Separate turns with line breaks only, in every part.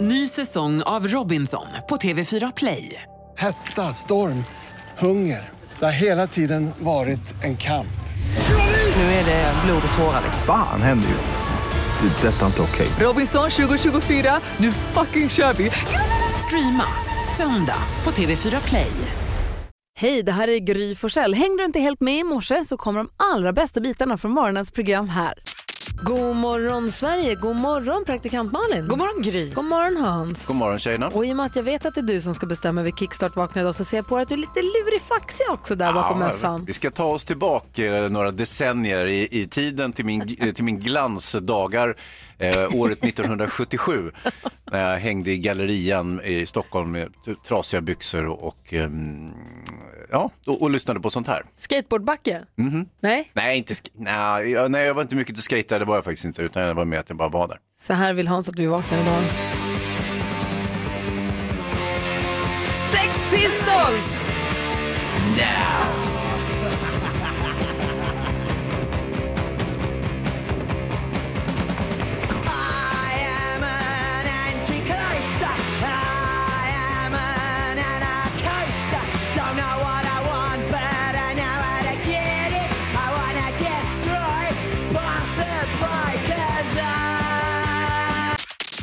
Ny säsong av Robinson på TV4 Play.
Hetta, storm, hunger. Det har hela tiden varit en kamp.
Nu är det blod och tårar.
Fan händer just nu. Det. är Detta är inte okej.
Robinson 2024, nu fucking kör vi! Streama söndag på TV4 Play.
Hej, det här är Gry Forssell. Hängde du inte helt med i morse så kommer de allra bästa bitarna från morgonens program här. God morgon Sverige, god morgon praktikant Malin. God morgon Gry. God morgon Hans.
God morgon tjejerna.
Och i och med att jag vet att det är du som ska bestämma över Kickstart vakna idag så ser jag på att du är lite lurifaxig också där bakom mössan.
vi ska ta oss tillbaka eh, några decennier i, i tiden till min, eh, till min glansdagar eh, året 1977 när jag hängde i gallerian i Stockholm med t- trasiga byxor och, och, ehm, ja, och, och lyssnade på sånt här. Mhm.
Skateboardbacke? Nej,
Nej, inte sk- nej, jag, nej, jag var inte mycket till skejtare, det var jag faktiskt inte, utan jag var med att jag bara var där.
så här vill Hans att vi vaknar idag. Sex Pistols!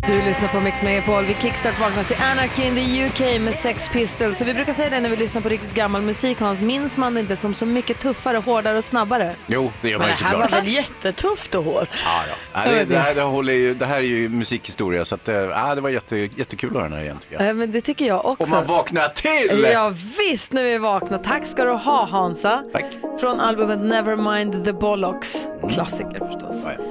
Du lyssnar på Mix Megapol. Vi kickstart vaknar till Anarchy in the UK med Sex Pistols. Så vi brukar säga det när vi lyssnar på riktigt gammal musik, Hans. Minns man det inte som så mycket tuffare, hårdare och snabbare?
Jo, det gör man ju
Det här var
såklart.
väl jättetufft och hårt?
Ja, ja. Nej, det, det, här, det, här håller ju, det här är ju musikhistoria, så att, eh, ja, det var jätte, jättekul att höra den här igen tycker jag.
Ja. Eh, men det tycker jag också.
Och man vaknar till!
Ja visst, nu är vi vakna. Tack ska du ha Hansa.
Tack. Mm.
Från albumet Nevermind the Bollocks. Klassiker förstås.
Ja, ja.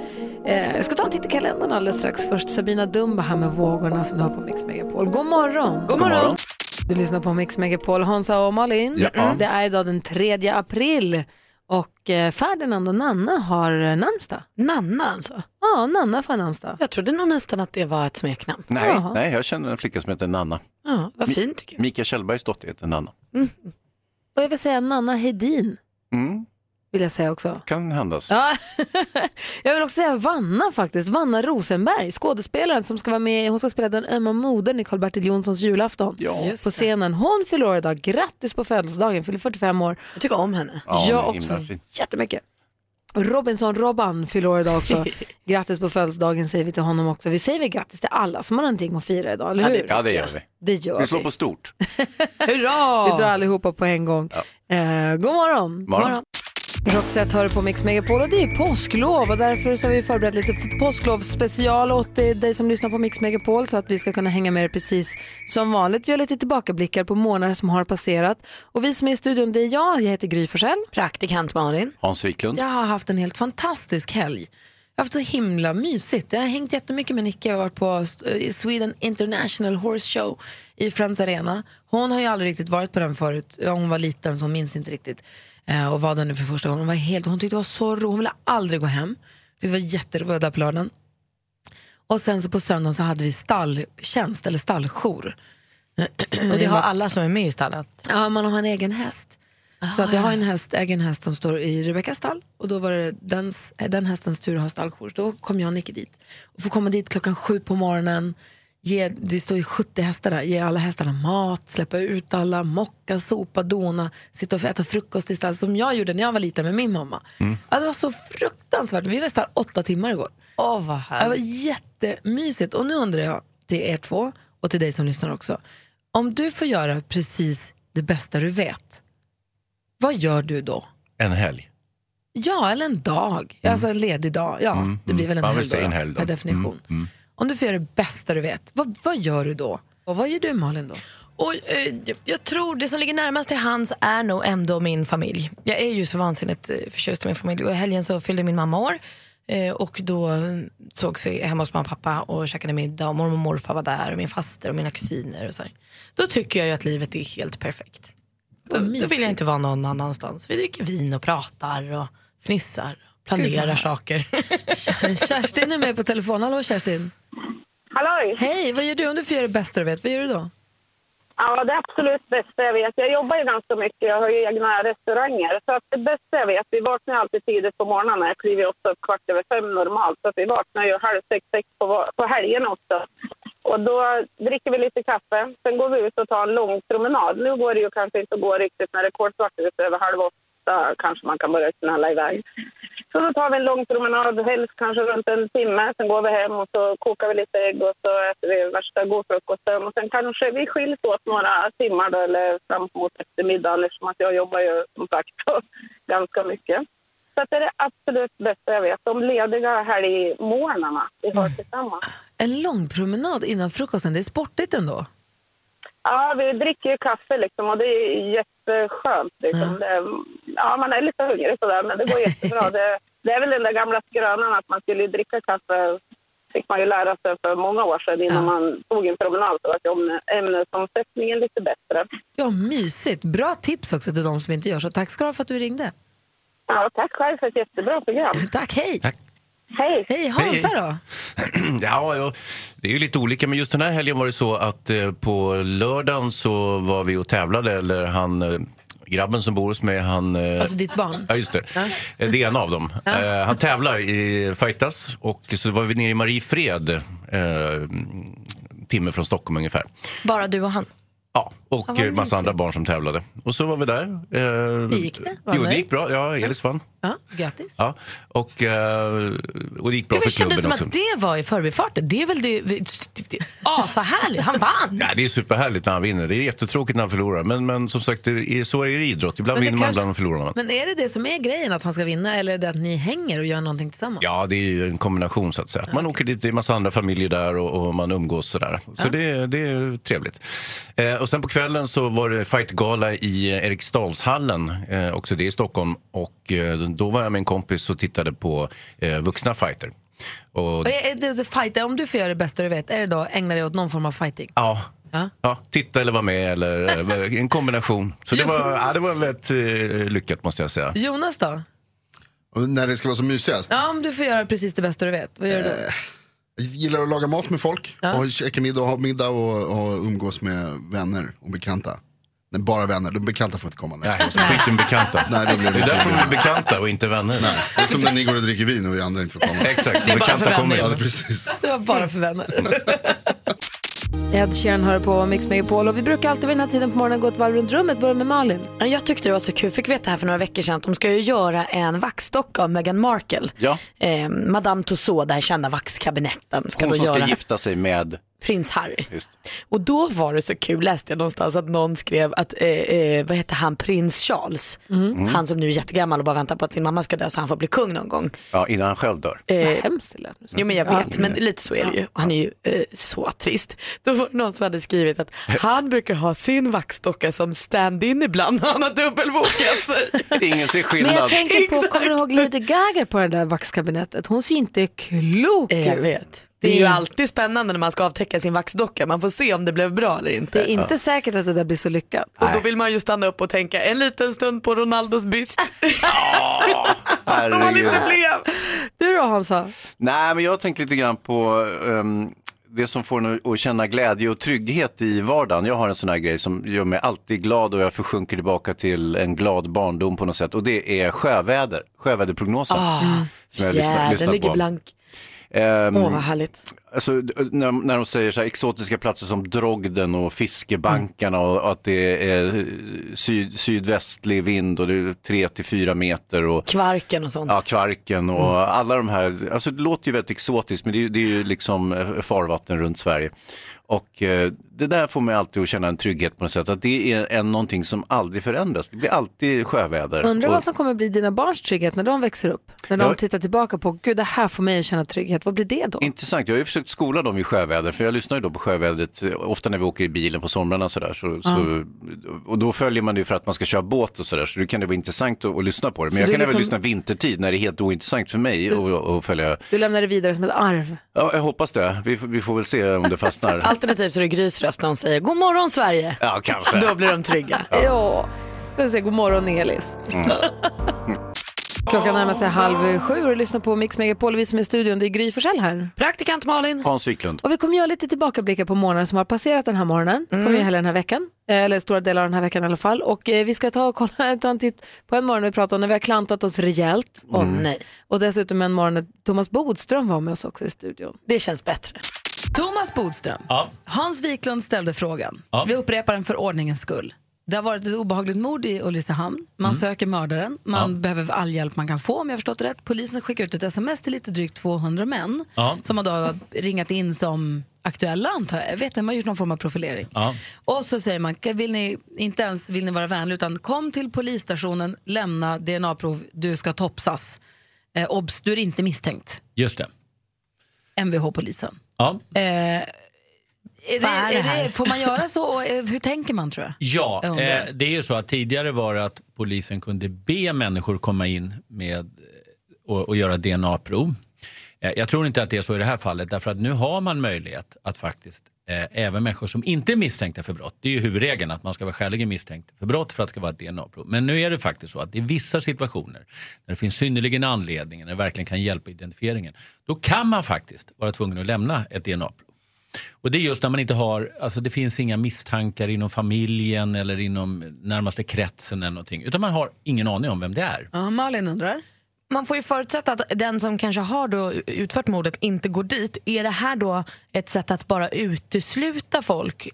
Eh, jag ska ta en titt i kalendern alldeles strax. Först Sabina Dumba här med Vågorna som du har på Mix Megapol. God morgon! God
morgon.
Du lyssnar på Mix Megapol, Hansa och Malin.
Ja.
Det är idag den 3 april och eh, Ferdinand och Nanna har eh, namnsdag.
Nanna alltså.
Ja, Nanna får namnsdag.
Jag trodde nog nästan att det var ett smeknamn.
Nej,
Jaha.
nej, jag känner en flicka som heter Nanna.
Ja, vad fint tycker jag.
Mika Kjellbergs dotter heter Nanna.
Mm. Och jag vill säga Nanna Hedin,
Mm,
vill jag säga också.
kan händas.
Ja. Jag vill också säga Vanna faktiskt, Vanna Rosenberg, skådespelaren som ska vara med, hon ska spela den ömma modern i Karl-Bertil Jonssons julafton
Ja.
Just
på
det.
scenen. Hon fyller år idag, grattis på födelsedagen, fyller 45 år.
Jag tycker om henne.
Ja,
jag
men
också,
himla fint.
jättemycket. Robinson-Robban fyller år idag också. grattis på födelsedagen säger vi till honom också. Vi säger väl grattis till alla som har någonting att fira idag, eller
Ja,
hur?
det-
Ja, det gör vi.
det gör
Vi slår på stort.
Vi
Hurra!
drar allihopa på en gång. Eh, god morgon!
Morgon.
Roxette hör på Mix Megapol och det är påsklov och därför så har vi förberett lite påsklovsspecial åt eh, dig som lyssnar på Mix Megapol så att vi ska kunna hänga med dig precis som vanligt. Vi har lite tillbakablickar på månader som har passerat och vi som är i studion det är jag, jag heter Gry Forssell.
Praktikant Malin.
Hans Wiklund.
Jag har haft en helt fantastisk helg. Jag har haft så himla mysigt. Jag har hängt jättemycket med Nicky. Jag har varit på eh, Sweden International Horse Show i Friends Arena. Hon har ju aldrig riktigt varit på den förut. Ja, Hon var liten så hon minns inte riktigt. Eh, och var där nu för första gången. Hon, var helt, hon tyckte det var så roligt. Hon ville aldrig gå hem. Det var jätteroligt där på lördagen. Och sen så på söndagen så hade vi stalltjänst eller stalljour. Och det har alla som är med i stallet? Ja, man har en egen häst. så att jag har en häst, äger en häst som står i Rebeckas stall och då var det dens, eh, den hästens tur att ha stalljour. Då kom jag och Nicky dit. Och får komma dit klockan sju på morgonen. Ge, det står ju 70 hästar där. Ge alla hästarna mat, släppa ut alla, mocka, sopa, dona, sitta och äta frukost i stall som jag gjorde när jag var liten med min mamma. Alltså, det var så fruktansvärt. Vi var i stall åtta timmar igår.
Åh, vad
Det
härligt.
var jättemysigt. Och nu undrar jag till er två och till dig som lyssnar också. Om du får göra precis det bästa du vet, vad gör du då?
En helg.
Ja, eller en dag. Alltså en ledig dag. Ja, det blir väl en
Mm. Man vill
helg, då,
säga en helg då. Mm,
per definition. Om du får göra det bästa du vet, vad, vad gör du då? Och vad gör du Malin då?
Och, eh, jag- jag tror det som ligger närmast till hands är nog ändå min familj. Jag är ju så vansinnigt eh, förtjust i min familj och i helgen så fyllde min mamma år eh, och då eh, sågs vi hemma hos mamma och pappa och käkade middag och mormor och morfar var där och min faster och mina kusiner och så här. Då tycker jag ju att livet är helt perfekt. Då, då vill jag inte vara någon annanstans. Vi dricker vin och pratar och fnissar, planerar saker.
Kerstin är med på telefon. Hallå Kerstin.
Halloj!
Hej, vad gör du om du får göra det bästa du vet? Vad gör du då?
Ja, det absolut bästa jag vet. Jag jobbar ju ganska mycket. Jag har ju egna restauranger. Så att det bästa jag vet, vi vaknar ju alltid tidigt på morgnarna. Jag kliver ju ofta upp kvart över fem normalt. Så att vi vaknar ju halv sex, sex på, va- på helgen också. Och då dricker vi lite kaffe, sen går vi ut och tar en lång promenad. Nu går det ju kanske inte att gå riktigt när det är kolsvart ute, över halv åtta kanske man kan börja snälla iväg. Så då tar vi en lång promenad, helst kanske runt en timme. Sen går vi hem och så kokar vi lite ägg och så äter vi värsta godfrukosten. Och sen kanske vi skiljs åt några timmar då, eller fram mot eftermiddagen eftersom att jag jobbar ju som sagt ganska mycket. Så att det är det absolut bästa jag vet. De lediga helgmorgnarna vi har tillsammans.
En lång promenad innan frukosten, det är sportigt ändå.
Ja, vi dricker ju kaffe liksom och det är jätteskönt. Liksom. Det, ja, man är lite hungrig sådär, men det går jättebra. Det, det är väl den där gamla skrönan att man skulle ju dricka kaffe fick man ju lära sig för många år sedan innan man tog en promenad så att om- ämnesomsättningen lite bättre.
Ja, mysigt. Bra tips också till de som inte gör så. Tack ska du ha för att du ringde.
Ja, tack själv för ett jättebra program.
Tack, hej.
Tack.
Hej!
Hej, Hansa
Hej.
då?
Ja, ja, det är ju lite olika, men just den här helgen var det så att eh, på lördagen så var vi och tävlade, eller han, eh, grabben som bor hos mig, han... eh,
Alltså ditt barn.
Ja, just det. Eh, Det är en av dem. Eh, Han tävlar i Fightas och så var vi nere i Mariefred, eh, timme från Stockholm ungefär.
Bara du och han.
Ja, och
vad
eh, massa
mysigt.
andra barn som tävlade. Och så var vi där. Eh,
Hur gick det? Var
jo,
han
det
nöjd?
gick bra. Ja, Elis vann.
Ja, grattis.
Ja, och, eh, och det gick bra
Det
för
kändes
klubben
som
också.
att det var i förbifarten. Det är väl det... det, det Ashärligt, han vann!
Ja, det är superhärligt när han vinner. Det är jättetråkigt när han förlorar. Men, men som sagt, det är, så är det i idrott. Ibland
Men det
vinner man,
kanske-
ibland förlorar man.
Men är det det som är grejen, att han ska vinna, eller är det att ni hänger och gör någonting tillsammans?
Ja, det är ju en kombination så att säga. Att Man åker dit, det är massa andra familjer där och, och man umgås sådär. Så det, det är trevligt. Eh, och sen på kvällen så var det fightgala i eh, Eriksdalshallen, eh, också det i Stockholm. Och eh, då var jag med en kompis och tittade på eh, vuxna fighter. Och,
Och är- är det så fight, om du får göra det bästa du vet, är det då att ägna dig åt någon form av fighting?
ja.
Ja.
Ja, titta eller vara med, eller eh, en kombination. Så det var, ja, det var väldigt eh, lyckat måste jag säga.
Jonas då?
Och När det ska vara som mysigast.
Ja, om du får göra precis det bästa du vet, vad gör du då?
Eh,
Jag gillar att laga mat med folk, och käka middag och ha middag och, och umgås med vänner och bekanta. Nej, bara vänner, de bekanta får inte komma. Nej.
Nej, skit i bekanta.
Nej, det blir
Det är
lite
därför de
illa.
är bekanta och inte vänner.
Det är som när ni går och dricker vin och vi andra inte får komma.
Exakt,
bara för
bekanta kommer
Ja, det
inte.
är precis.
Det var bara för vänner.
Ed Sheeran hör på Mix Megapol och vi brukar alltid vid den här tiden på morgonen gå ett varv runt rummet. Börja med Malin.
Ja, Jag tyckte det var så kul, fick veta här för några veckor sedan att de ska ju göra en vaxdocka av Meghan Markle.
Ja.
Eh, Madame Tussauds, det här kända vaxkabinetten, ska
Hon
då
som
göra
ska gifta sig med...
prins Harry.
Just.
Och då var det så kul, läste jag någonstans att någon skrev att, eh, eh, vad heter han, prins Charles, han som nu är jättegammal och bara väntar på att sin mamma ska dö så han får bli kung någon gång.
Ja, innan han själv dör.
Eh,
Hemskt det lät nu.
Jo men jag vet, men lite så är det ju. Han är ju eh, så trist. Då var det någon som hade skrivit att han brukar ha sin vaxdocka som stand-in ibland när han har dubbelbokat sig.
Ingen ser
Men jag
skillnad.
tänker på,
Exakt.
kommer du ihåg Lady Gaga på det där vaxkabinettet? Hon ser ju inte klok
Eh, Jag
ut.
vet. Det är ju alltid spännande när man ska avtäcka sin vaxdocka. Man får se om det blev bra eller inte.
Det är inte säkert att det där blir så lyckat.
Och då vill man ju stanna upp och tänka en liten stund på Ronaldos byst. Om han
Herregud.
inte blev.
Du då Hansa?
Nej, men jag har tänkt lite grann på ehm, det som får en att känna glädje och trygghet i vardagen. Jag har en sån här grej som gör mig alltid glad och jag försjunker tillbaka till en glad barndom på något sätt. Och det är sjöväder, sjöväderprognosen. som jag har lyssnat,
Ah, den
lyssnat
ligger
på.
blank.
Ehm,
Åh vad härligt.
alltså, d- när, när de säger så här, exotiska platser som Drogden och fiskebankarna och att det är eh, syd, sydvästlig vind och det är 3 till 4 meter. Och,
Kvarken och sånt. Mm.
Ja, Kvarken och alla de här. Alltså det låter ju väldigt exotiskt men det är, ju- det är ju liksom eh, farvatten runt Sverige. Och eh, det där får mig alltid att känna en trygghet på något sätt. Att det är en, någonting som aldrig förändras. Det blir alltid sjöväder.
Undrar
Och-
vad som kommer bli dina barns trygghet när de växer upp? När de
Ja.
tittar tillbaka på, gud det här får mig att känna trygghet. Vad blir det då?
Intressant, jag har ju försökt skola dem i sjöväder, för jag lyssnar ju då på sjövädret eh, ofta när vi åker i bilen på somrarna sådär. Så, så, och då följer man det ju för att man ska köra båt och sådär, så det kan det vara intressant att, att lyssna på det. Men jag
du
kan även
liksom-
lyssna vintertid när det är helt ointressant för mig att- att följa.
Du lämnar det vidare som ett arv.
Ja, jag hoppas det, vi, får- vi får väl se om det fastnar.
Alternativt så är det Grys röst när hon säger god morgon Sverige.
Ja, kanske.
Då blir de trygga.
Ja, jag säger god morgon Elis.
Mm.
Klockan närmar sig halv sju och du lyssnar på Mix Megapol. Vi som är i studion, det är Gry Forssell här.
Praktikant Malin.
Hans Wiklund.
Och vi kommer göra lite tillbakablickar på månaden som har passerat den här morgonen.
Mm.
Kommer ju hela den här veckan. Eh, Eller stora delar av den här veckan i alla fall. Och eh, vi ska ta och kolla, ta en titt på en morgon vi pratade om när vi har klantat oss rejält. Mm.
Åh nej,
Och dessutom en morgon när Thomas Bodström var med oss också i studion.
det känns bättre.
Thomas Bodström,
Ja.
Hans Wiklund ställde frågan.
Ja.
Vi upprepar den för ordningens skull. Det har varit ett obehagligt mord i Ulricehamn. Man
Mm.
söker mördaren. Man
Ja.
behöver all hjälp man kan få om jag förstått det rätt. Polisen skickar ut ett sms till lite drygt 200 män
Ja.
som har då ringat in som aktuella antar jag. jag. vet inte, man har gjort någon form av profilering.
Ja.
Och så säger man, vill ni, inte ens vill ni vara vänlig utan kom till polisstationen, lämna DNA-prov, du ska topsas. Eh, obs, du är inte misstänkt.
Just det.
Mvh-polisen.
Ja.
Eh, är det,
Vad är det
är
här?
det, får man göra så? Och, eh, hur tänker man tror jag?
Ja,
Jag undrar.
eh, det är ju så att tidigare var det att polisen kunde be människor komma in med, eh, och, och göra DNA-prov. Eh, jag tror inte att det är så i det här fallet, därför att nu har man möjlighet att faktiskt, eh, även människor som inte är misstänkta för brott, det är ju huvudregeln att man ska vara skäligen misstänkt för brott för att det ska vara ett DNA-prov. Men nu är det faktiskt så att i vissa situationer, när det finns synnerligen anledning, när det verkligen kan hjälpa identifieringen, då kan man faktiskt vara tvungen att lämna ett DNA-prov. Och det är just när man inte har, alltså det finns inga misstankar inom familjen eller inom närmaste kretsen eller någonting. Utan man har ingen aning om vem det är.
Ja, Malin undrar.
Man får ju förutsätta att den som kanske har då utfört mordet inte går dit. Är det här då ett sätt att bara utesluta folk?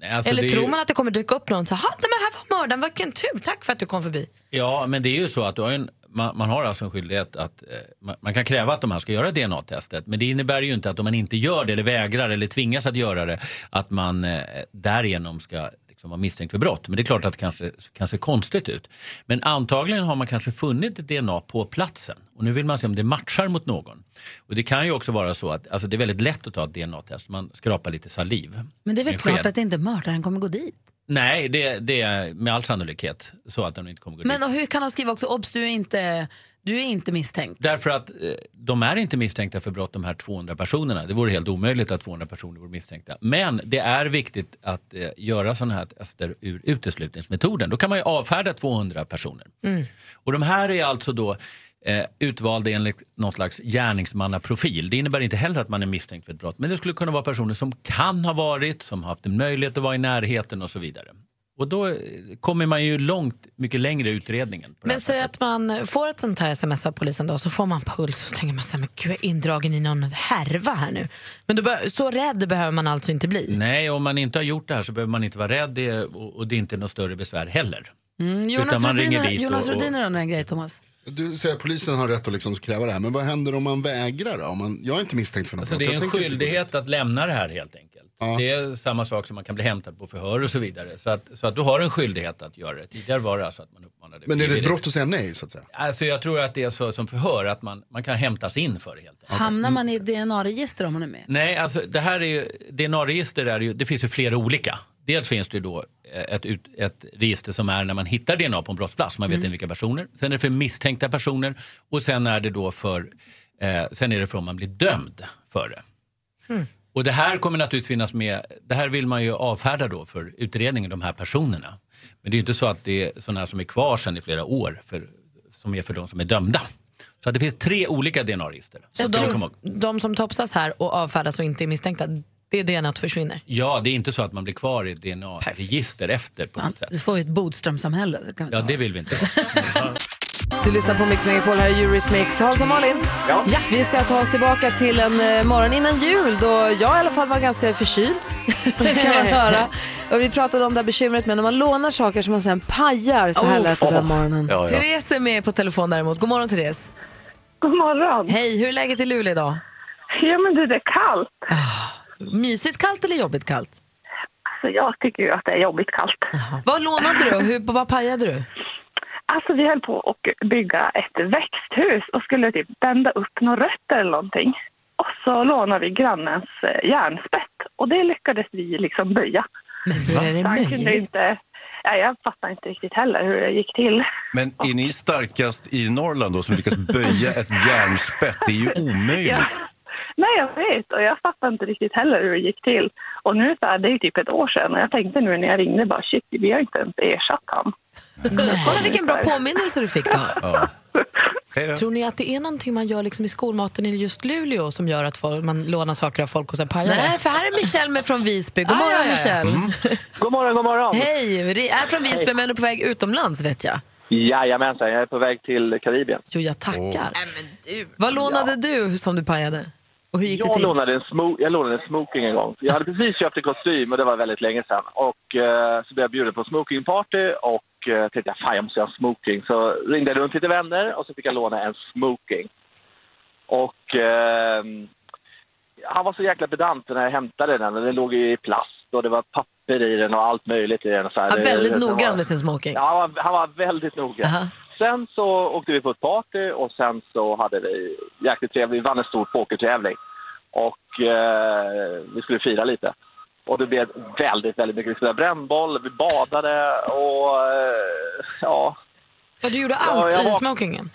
Nej, alltså
Eller
det är
tror
ju-
man att det kommer dyka upp någon så här, nej men här var mördaren, vilken tur, tack för att du kom förbi.
Ja, men det är ju så att du har ju en, man, man har alltså en skyldighet att eh, man, man kan kräva att de här ska göra DNA-testet. Men det innebär ju inte att om man inte gör det eller vägrar eller tvingas att göra det att man eh, därigenom ska liksom, vara misstänkt för brott. Men det är klart att det kanske kan se konstigt ut. Men antagligen har man kanske funnit ett DNA på platsen och nu vill man se om det matchar mot någon. Och det kan ju också vara så att alltså, det är väldigt lätt att ta ett DNA-test. Man skrapar lite saliv.
Men det är väl
med
klart
sked.
att inte mördaren kommer gå dit.
Nej, det, det är med all sannolikhet så att de inte kommer gå dit.
Men och hur kan de skriva också, obs du är inte, du är inte misstänkt.
Därför att eh, de är inte misstänkta för brott de här 200 personerna. Det vore helt omöjligt att 200 personer vore misstänkta. Men det är viktigt att eh, göra sådana här tester ur uteslutningsmetoden. Då kan man ju avfärda 200 personer.
Mm.
Och de här är alltså då eh, utvalda enligt någon slags gärningsmannaprofil. Det innebär inte heller att man är misstänkt för ett brott. Men det skulle kunna vara personer som kan ha varit, som har haft en möjlighet att vara i närheten och så vidare. Och då eh, kommer man ju långt mycket längre i utredningen.
Men säg att man får ett sånt här sms av polisen då, så får man puls och så tänker man så här, men gud jag är indragen i någon härva här nu. Men då bör, så rädd behöver man alltså inte bli.
Nej, om man inte har gjort det här så behöver man inte vara rädd det, är- och, och det är inte något större besvär heller.
Mm,
Utan
Jonas
man ringer
Rhodiner
dit
Jonas
och- och-
Rhodiner undrar en grej Thomas.
Du säger att polisen har rätt att liksom kräva det här, men vad händer om man vägrar då? Om man, jag är inte misstänkt för något
Alltså,
brott.
det
jag
är en
tänker inte-
skyldighet att lämna det här helt enkelt. Det är samma sak som man kan bli hämtad på förhör och så vidare. Så att, så att du har en skyldighet att göra det. Tidigare var det alltså att man uppmanade
Men är det ett
frivilligt.
brott att säga nej så att säga?
Alltså jag tror att det är så som förhör, att man, man kan hämtas in för det helt enkelt.
Hamnar man
Mm.
i ett DNA-register om man är med?
Nej, alltså det här är ju, DNA-register är ju, det finns ju flera olika. Dels finns det ju då eh, ett, ut- ett register som är när man hittar DNA på en brottsplats, man vet
Mm.
inte vilka personer. Sen är det för misstänkta personer och sen är det då för, eh, sen är det för om man blir dömd för det.
Mm.
Och det här kommer naturligtvis finnas med, det här vill man ju avfärda då för utredningen, de här personerna. Men det är ju inte så att det är sådana här som är kvar sen i flera år, för, som är för de som är dömda. Så att det finns tre olika DNA-register.
Så
Så det kommer
de,
ihåg.
de som topsas här och avfärdas och inte är misstänkta, det är det att försvinner.
Ja, det är inte så att man blir kvar i DNA-register efter på något sätt.
Då får vi ett Bodströmsamhälle. Det kan vi-
Ja, det vill vi inte ha.
Du lyssnar på Mix Megapol, här är Eurythmics. Hans och Malin, ja. vi ska ta oss tillbaka till en eh, morgon innan jul då jag i alla fall var ganska förkyld. kan man höra. Och vi pratade om det här bekymret med när man lånar saker som man sen pajar. Så här
Oh.
lät det den
Åh.
morgonen.
Ja, ja.
Therese är med på telefon däremot. God morgon Therese.
God morgon.
Hej, hur är läget i Luleå idag?
Ja, men du, det är kallt.
Mysigt kallt eller jobbigt kallt?
Alltså, jag tycker ju att det är jobbigt kallt.
Vad lånade du och hur, vad pajade du?
Alltså vi höll på att bygga ett växthus och skulle typ bända upp några rötter eller någonting. Och så lånade vi grannens eh, järnspett och det lyckades vi liksom böja. Men
hur är det möjligt?
Inte, ja, jag fattar inte riktigt heller hur det gick till.
Men är ni starkast i Norrland då som lyckas böja ett järnspett? Det är ju
Ja.
omöjligt.
Nej, jag vet. Och jag fattar inte riktigt heller hur det gick till. Och nu så här, det är ju typ ett år sedan och jag tänkte nu när jag ringde bara shit, vi har inte ens ersatt han.
Kolla vilken bra påminnelse du fick då.
Tror ni att det är någonting man gör liksom i skolmaten i just Luleå som gör att folk, man lånar saker av folk och sen pajar
Nej, för här är Michelle med från Visby. God
Ah,
morgon
ja, ja, ja.
Michelle.
Mm.
God morgon, god morgon.
Hej, det är från Visby men är på väg utomlands vet jag.
Jajamensan, jag är på väg till Karibien.
Jo, jag tackar. Vad lånade du som du pajade? Och hur gick det
jag,
till?
lånade en smo- jag lånade en smoking en gång. Jag hade precis köpt en kostym och det var väldigt länge sedan. Och eh, så blev jag bjuden på smokingparty och eh, tänkte jag, fan jag måste ha en smoking. Så ringde jag runt lite vänner och så fick jag låna en smoking. Och eh, han var så jäkla pedant när jag hämtade den. Den låg ju i plast och det var papper i den och allt möjligt i den. och Så här.
Han är
Det-
väldigt
det var-
noggrann med sin smoking.
Ja, han var, han var väldigt noga. Sen så åkte vi på ett party och sen så hade vi jäkligt trevligt. Vi vann en stor pokertävling och eh, vi skulle fira lite. Och det blev väldigt, väldigt mycket. Vi spelade brännboll, vi badade och eh, ja.
Ja, du gjorde
Ja,
allt
jag
i
var-
smokingen.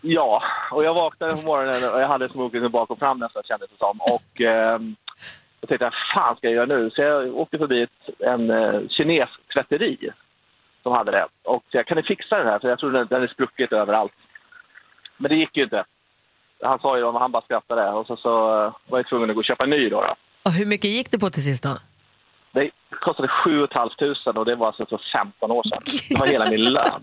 Ja, och jag vaknade på morgonen och jag hade smokingen bak och fram nästan kändes det som. Och eh, jag tänkte, fan ska jag göra nu? Så jag åkte förbi ett, en eh, kines tvätteri som hade det. Och jag kan ni fixa den här? För jag tror den, den är spruckit överallt. Men det gick ju inte. Han sa ju då, men han bara skrattade. Och så, så eh, var jag tvungen att gå och köpa en ny då. då.
Och hur mycket gick det på till sist då?
Det kostade 7 500 och det var alltså för 15 år sedan. Det var hela min lön.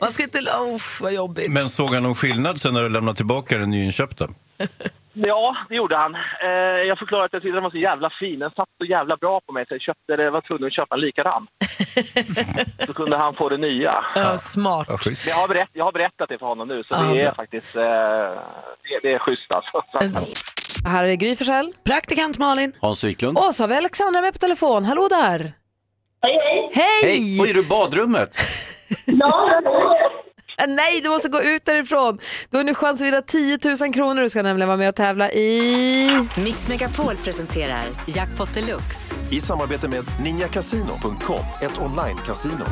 Man ska inte... Uff, vad jobbigt.
Men såg han någon skillnad sen när du lämnade tillbaka den nyinköpta?
Ja, det gjorde han. Eh, jag förklarade att jag tyckte den var så jävla fin. Den satt så jävla bra på mig så jag köpte det. Jag var tvungen att köpa en likadan. så kunde han få det nya.
Ja, smart.
Jag har, berätt, jag har berättat det för honom nu, så
Ja,
det är
bra.
faktiskt eh, det, det är schysst alltså.
Här är Gry Forssell. Praktikant Malin.
Hans Wiklund.
Och så har vi Alexandra med på telefon. Hallå där! Hej, hej!
Hej! Oj, är du i badrummet?
Äh, Nej, du måste gå ut därifrån. Du har nu chans att vinna 10 000 kronor. Du ska nämligen vara med och tävla i...
Mix Megapol presenterar Jackpot Deluxe.
I samarbete med ninjakasino.com, ett online-casino.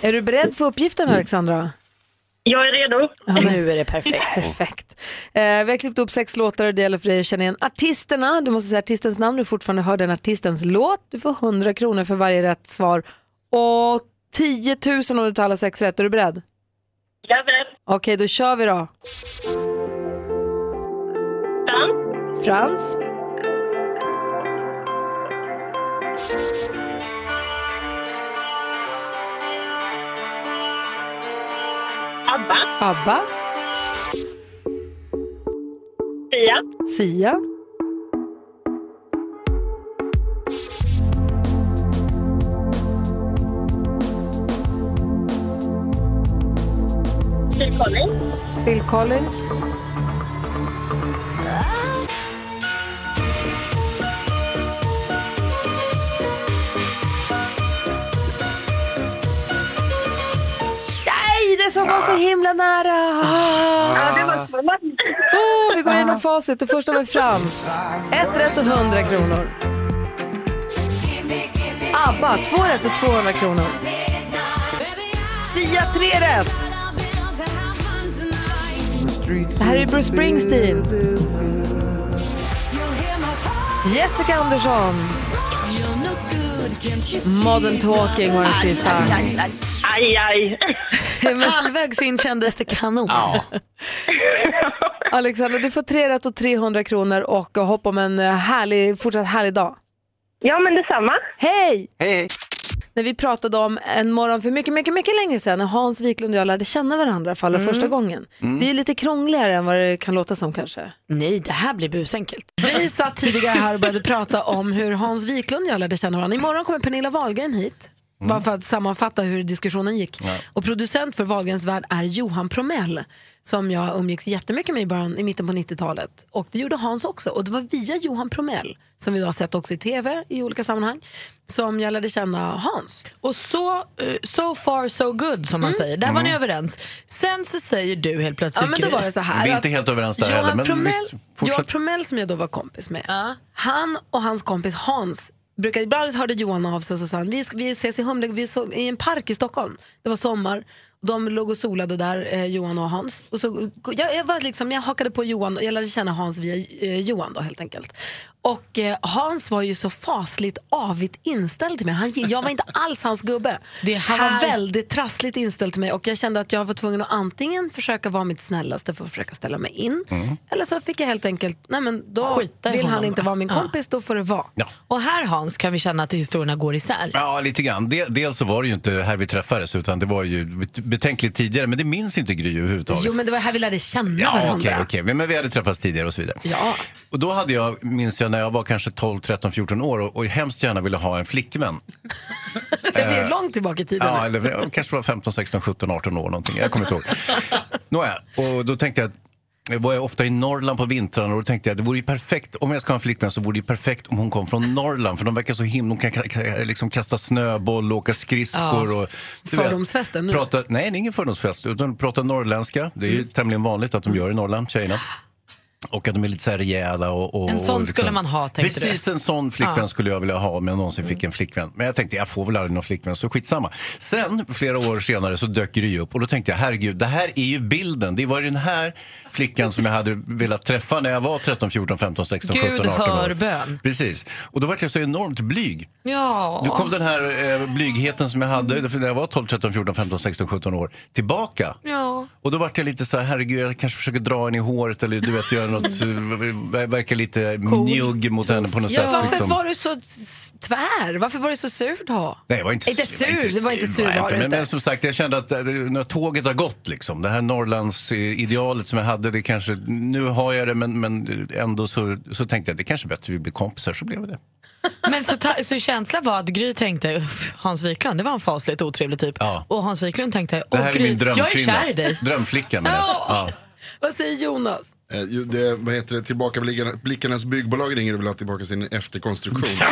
Är du beredd för uppgiften Alexandra?
Jag är redo.
Ja, nu är det perfekt. perfekt. Eh, vi har klippt upp sex låtar och det gäller för dig att känna igen artisterna. Du måste säga artistens namn du fortfarande hör den artistens låt. Du får 100 kronor för varje rätt svar och 10 000 om du tar alla sex rätt. Är du beredd?
Jag är beredd.
Okej, då kör vi då.
Frans.
Frans,
Abba.
ABBA,
Sia.
Sia,
Phil Collins.
Phil Collins, Nej, det som var så himla nära!
Ja, det var
Åh, vi går
Ah.
igenom facit. Det första var Frans. Ett rätt och 100 kronor.
Mm.
ABBA, två rätt och 200 kronor. Sia, tre rätt. Det här är Bruce Springsteen. Jessica Andersson. Modern Talking var den sista.
Aj, aj.
Halvvägs in kändes det kanon.
Alexander, du får tre rätt och 300 kronor och hopp om en eh, härlig, fortsatt härlig dag.
Ja, men detsamma.
Hej!
Hej!
När vi pratade om en morgon för mycket, mycket, mycket längre sedan när Hans Wiklund och jag lärde känna varandra för allra
Mm.
första gången.
Mm.
Det är lite krångligare än vad det kan låta som kanske.
Nej, det här blir busenkelt.
Vi satt tidigare här och började prata om hur Hans Wiklund och jag lärde känna varandra. Imorgon kommer Pernilla Wahlgren hit. Bara för att sammanfatta hur diskussionen gick.
Ja.
Och producent för Wahlgrens värld är Johan Promell. Som jag umgicks jättemycket med i, början, i mitten på 90-talet. Och det gjorde Hans också. Och det var via Johan Promell, som vi då har sett också i tv i olika sammanhang, som jag lärde känna Hans.
Och så, eh, so far so good som man säger. Där var
Mm.
ni överens. Sen så säger du helt plötsligt
Mm. Ja, men då
Gry.
var det så här
Vi är inte helt överens där heller,
Johan
men
Promell,
visst, fortsätt.
Johan Promell som jag då var kompis med, han och hans kompis Hans brukade, ibland hörde Johan av sig och så sa han, vi, vi ses i Humle, vi såg, i en park i Stockholm. Det var sommar, de låg och solade där, eh, Johan och Hans. Och så, jag, jag, var liksom, jag hakade på Johan, jag lärde känna Hans via eh, Johan då helt enkelt. Och eh, Hans var ju så fasligt avigt inställd till mig. Han, jag var inte alls hans gubbe.
Det
han
här-
var väldigt trassligt inställd till mig och jag kände att jag var tvungen att antingen försöka vara mitt snällaste för att försöka ställa mig in.
Mm.
Eller så fick jag helt enkelt, nej men då
Skita i
vill han
honom
inte
bara.
vara min kompis, då får det vara.
Och här Hans kan vi känna att historierna går isär.
Ja, lite grann. De, dels så var det ju inte här vi träffades, utan det var ju bet- betänkligt tidigare, men det minns inte Gry överhuvudtaget.
Jo, men det var här vi lärde känna
Ja,
varandra.
okej, okej. Men vi hade träffats tidigare och så vidare.
Ja.
Och då hade jag, minns jag, när jag var kanske 12, 13, 14 år och, och hemskt gärna ville ha en flickvän.
Det blir
Eh,
långt tillbaka i tiden.
Ja, eller jag kanske var 15, 16, 17, 18 år någonting. Jag kommer inte ihåg. Nåja, och då tänkte jag att jag var jag ofta i Norrland på vintrarna och då tänkte jag att det vore ju perfekt, om jag ska ha en flickvän så vore det ju perfekt om hon kom från Norrland för de verkar så himla, de kan, kan, kan liksom kasta snöboll och åka skridskor.
Ja.
Och, du vet,
Fördomsfesten nu.
Prata, nej, det är ingen fördomsfest. Utan prata norrländska. Det är
Mm.
ju tämligen vanligt att de gör i Norrland, tjejerna. Och att de är lite så här rejäla. Och, och,
En sån
och
skulle man ha, tänkte du?
Precis en sån flickvän
Ja.
skulle jag vilja ha om jag någonsin fick en flickvän. Men jag tänkte, jag får väl aldrig någon flickvän, så skitsamma. Sen, flera år senare, så dök Gry upp och då tänkte jag, herregud, det här är ju bilden. Det var ju den här flickan som jag hade velat träffa när jag var 13, 14, 15, 16, 17,
Gud
18 år.
hör bön.
Precis. Och då var jag så enormt blyg.
Ja.
Nu kom den här eh, blygheten som jag hade för när jag var 12, 13, 14, 15, 16, 17 år tillbaka.
Ja.
Och då vart jag lite så här, herregud, jag kanske försöker dra henne i håret eller du vet, göra något, eh, verka lite njugg mot henne på något
Ja,
sätt.
varför
liksom.
var du så s- tvär? Varför var du så sur då?
Nej, jag var inte,
Inte
jag
sur, du var inte sur,
nej,
var du
men,
inte.
men som sagt, jag kände att eh, när tåget har gått, liksom, det här Norrlandsidealet som jag hade, det kanske, nu har jag det, men, men ändå så, så tänkte jag att det kanske är bättre att vi blir kompisar, så blev det.
Men så, ta- så känslan var att Gry tänkte, "Uff, Hans Wiklund, det var en fasligt otrevlig typ. Och Hans Wiklund tänkte,
Det
Åh,
här är
Gry,
min drömkvinna.
jag är kär i dig.
Drömflicka menar jag. Ja.
Vad säger Jonas?
Eh, ju- Det, vad heter det, tillbakablickarnas byggbolag ringer och vill ha tillbaka sin efterkonstruktion.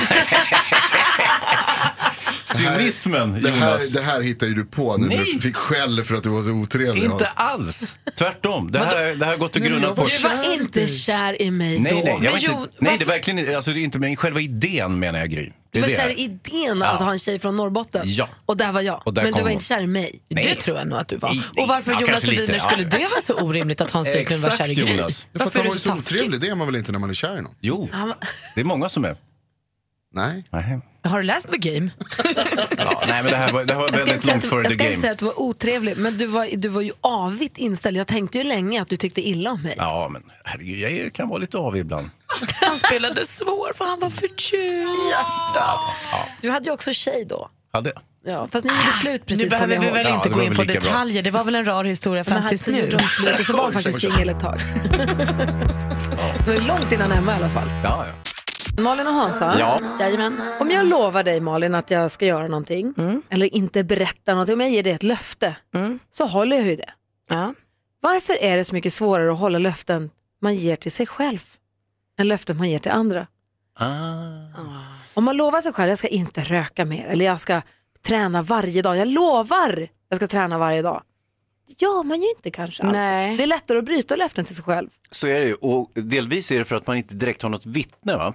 Cynismen,
det
Jonas.
här, det här hittar ju du på nu. när
Nej.
Du fick skäll för att du var så otrevlig.
Inte
Hans.
alls, tvärtom. Det här, det här har gått och
Nej, men
grunnat
jag
på.
var
Du var inte kär i mig då.
Nej, nej, jag
Men
var
jo,
inte, nej det är verkligen inte, alltså, det är inte men själva idén menar jag Gry. Det
Du
är
var
det.
kär i idén att
Ja.
ha en tjej från Norrbotten.
Ja.
Och där var jag.
Och där
men du
kom
var
hon.
inte kär i mig.
Nej.
Det tror jag nog att du var.
Nej,
Och varför
ja,
Jonas
kanske lite,
Rhodiner
ja.
skulle det vara så orimligt att Hans Wiklund var kär i Gry?
För att
Varför
man
är
var
du
ju
så
så
taskig?
otrevlig, det är man väl inte när man är kär i någon?
Jo,
Ja, men-
det är många som är.
Nej.
Nej,
Har du läst The Game?
ja, nej men det här var, det här
Jag
var
ska,
väldigt
inte säga,
långt
att,
före
jag
the
ska inte
game.
säga att du var otrevlig, men du var, du var ju avigt inställd. Jag tänkte ju länge att du tyckte illa om mig.
Ja, men herregud, jag är- kan vara lite av ibland.
Han spelade svår för han var förtjust.
Ja,
Du hade ju också tjej då.
hade jag.
Ja, fast ni gjorde slut precis.
liksom. Ah, nu behöver vi väl
Ja,
inte
det
gå
var
in
väl
på
lika bra.
detaljer, det var väl en rar historia fram tills nu.
De slut och så var han faktiskt singel ett tag. Det var ju långt innan Emma i alla fall.
Ja, ja.
Malin och Hansa,
Ja.
Jajamän.
om jag lovar dig Malin att jag ska göra någonting
Mm.
eller inte berätta någonting, om jag ger dig ett löfte så håller jag ju det. Varför är det så mycket svårare att hålla löften man ger till sig själv än löften man ger till andra?
Ah.
Om man lovar sig själv, jag ska inte röka mer eller jag ska träna varje dag. Jag lovar jag ska träna varje dag. Det gör man ju inte kanske alltid. Det är lättare att bryta löften till sig själv.
Så är det ju. Och delvis är det för att man inte direkt har något vittne. Va?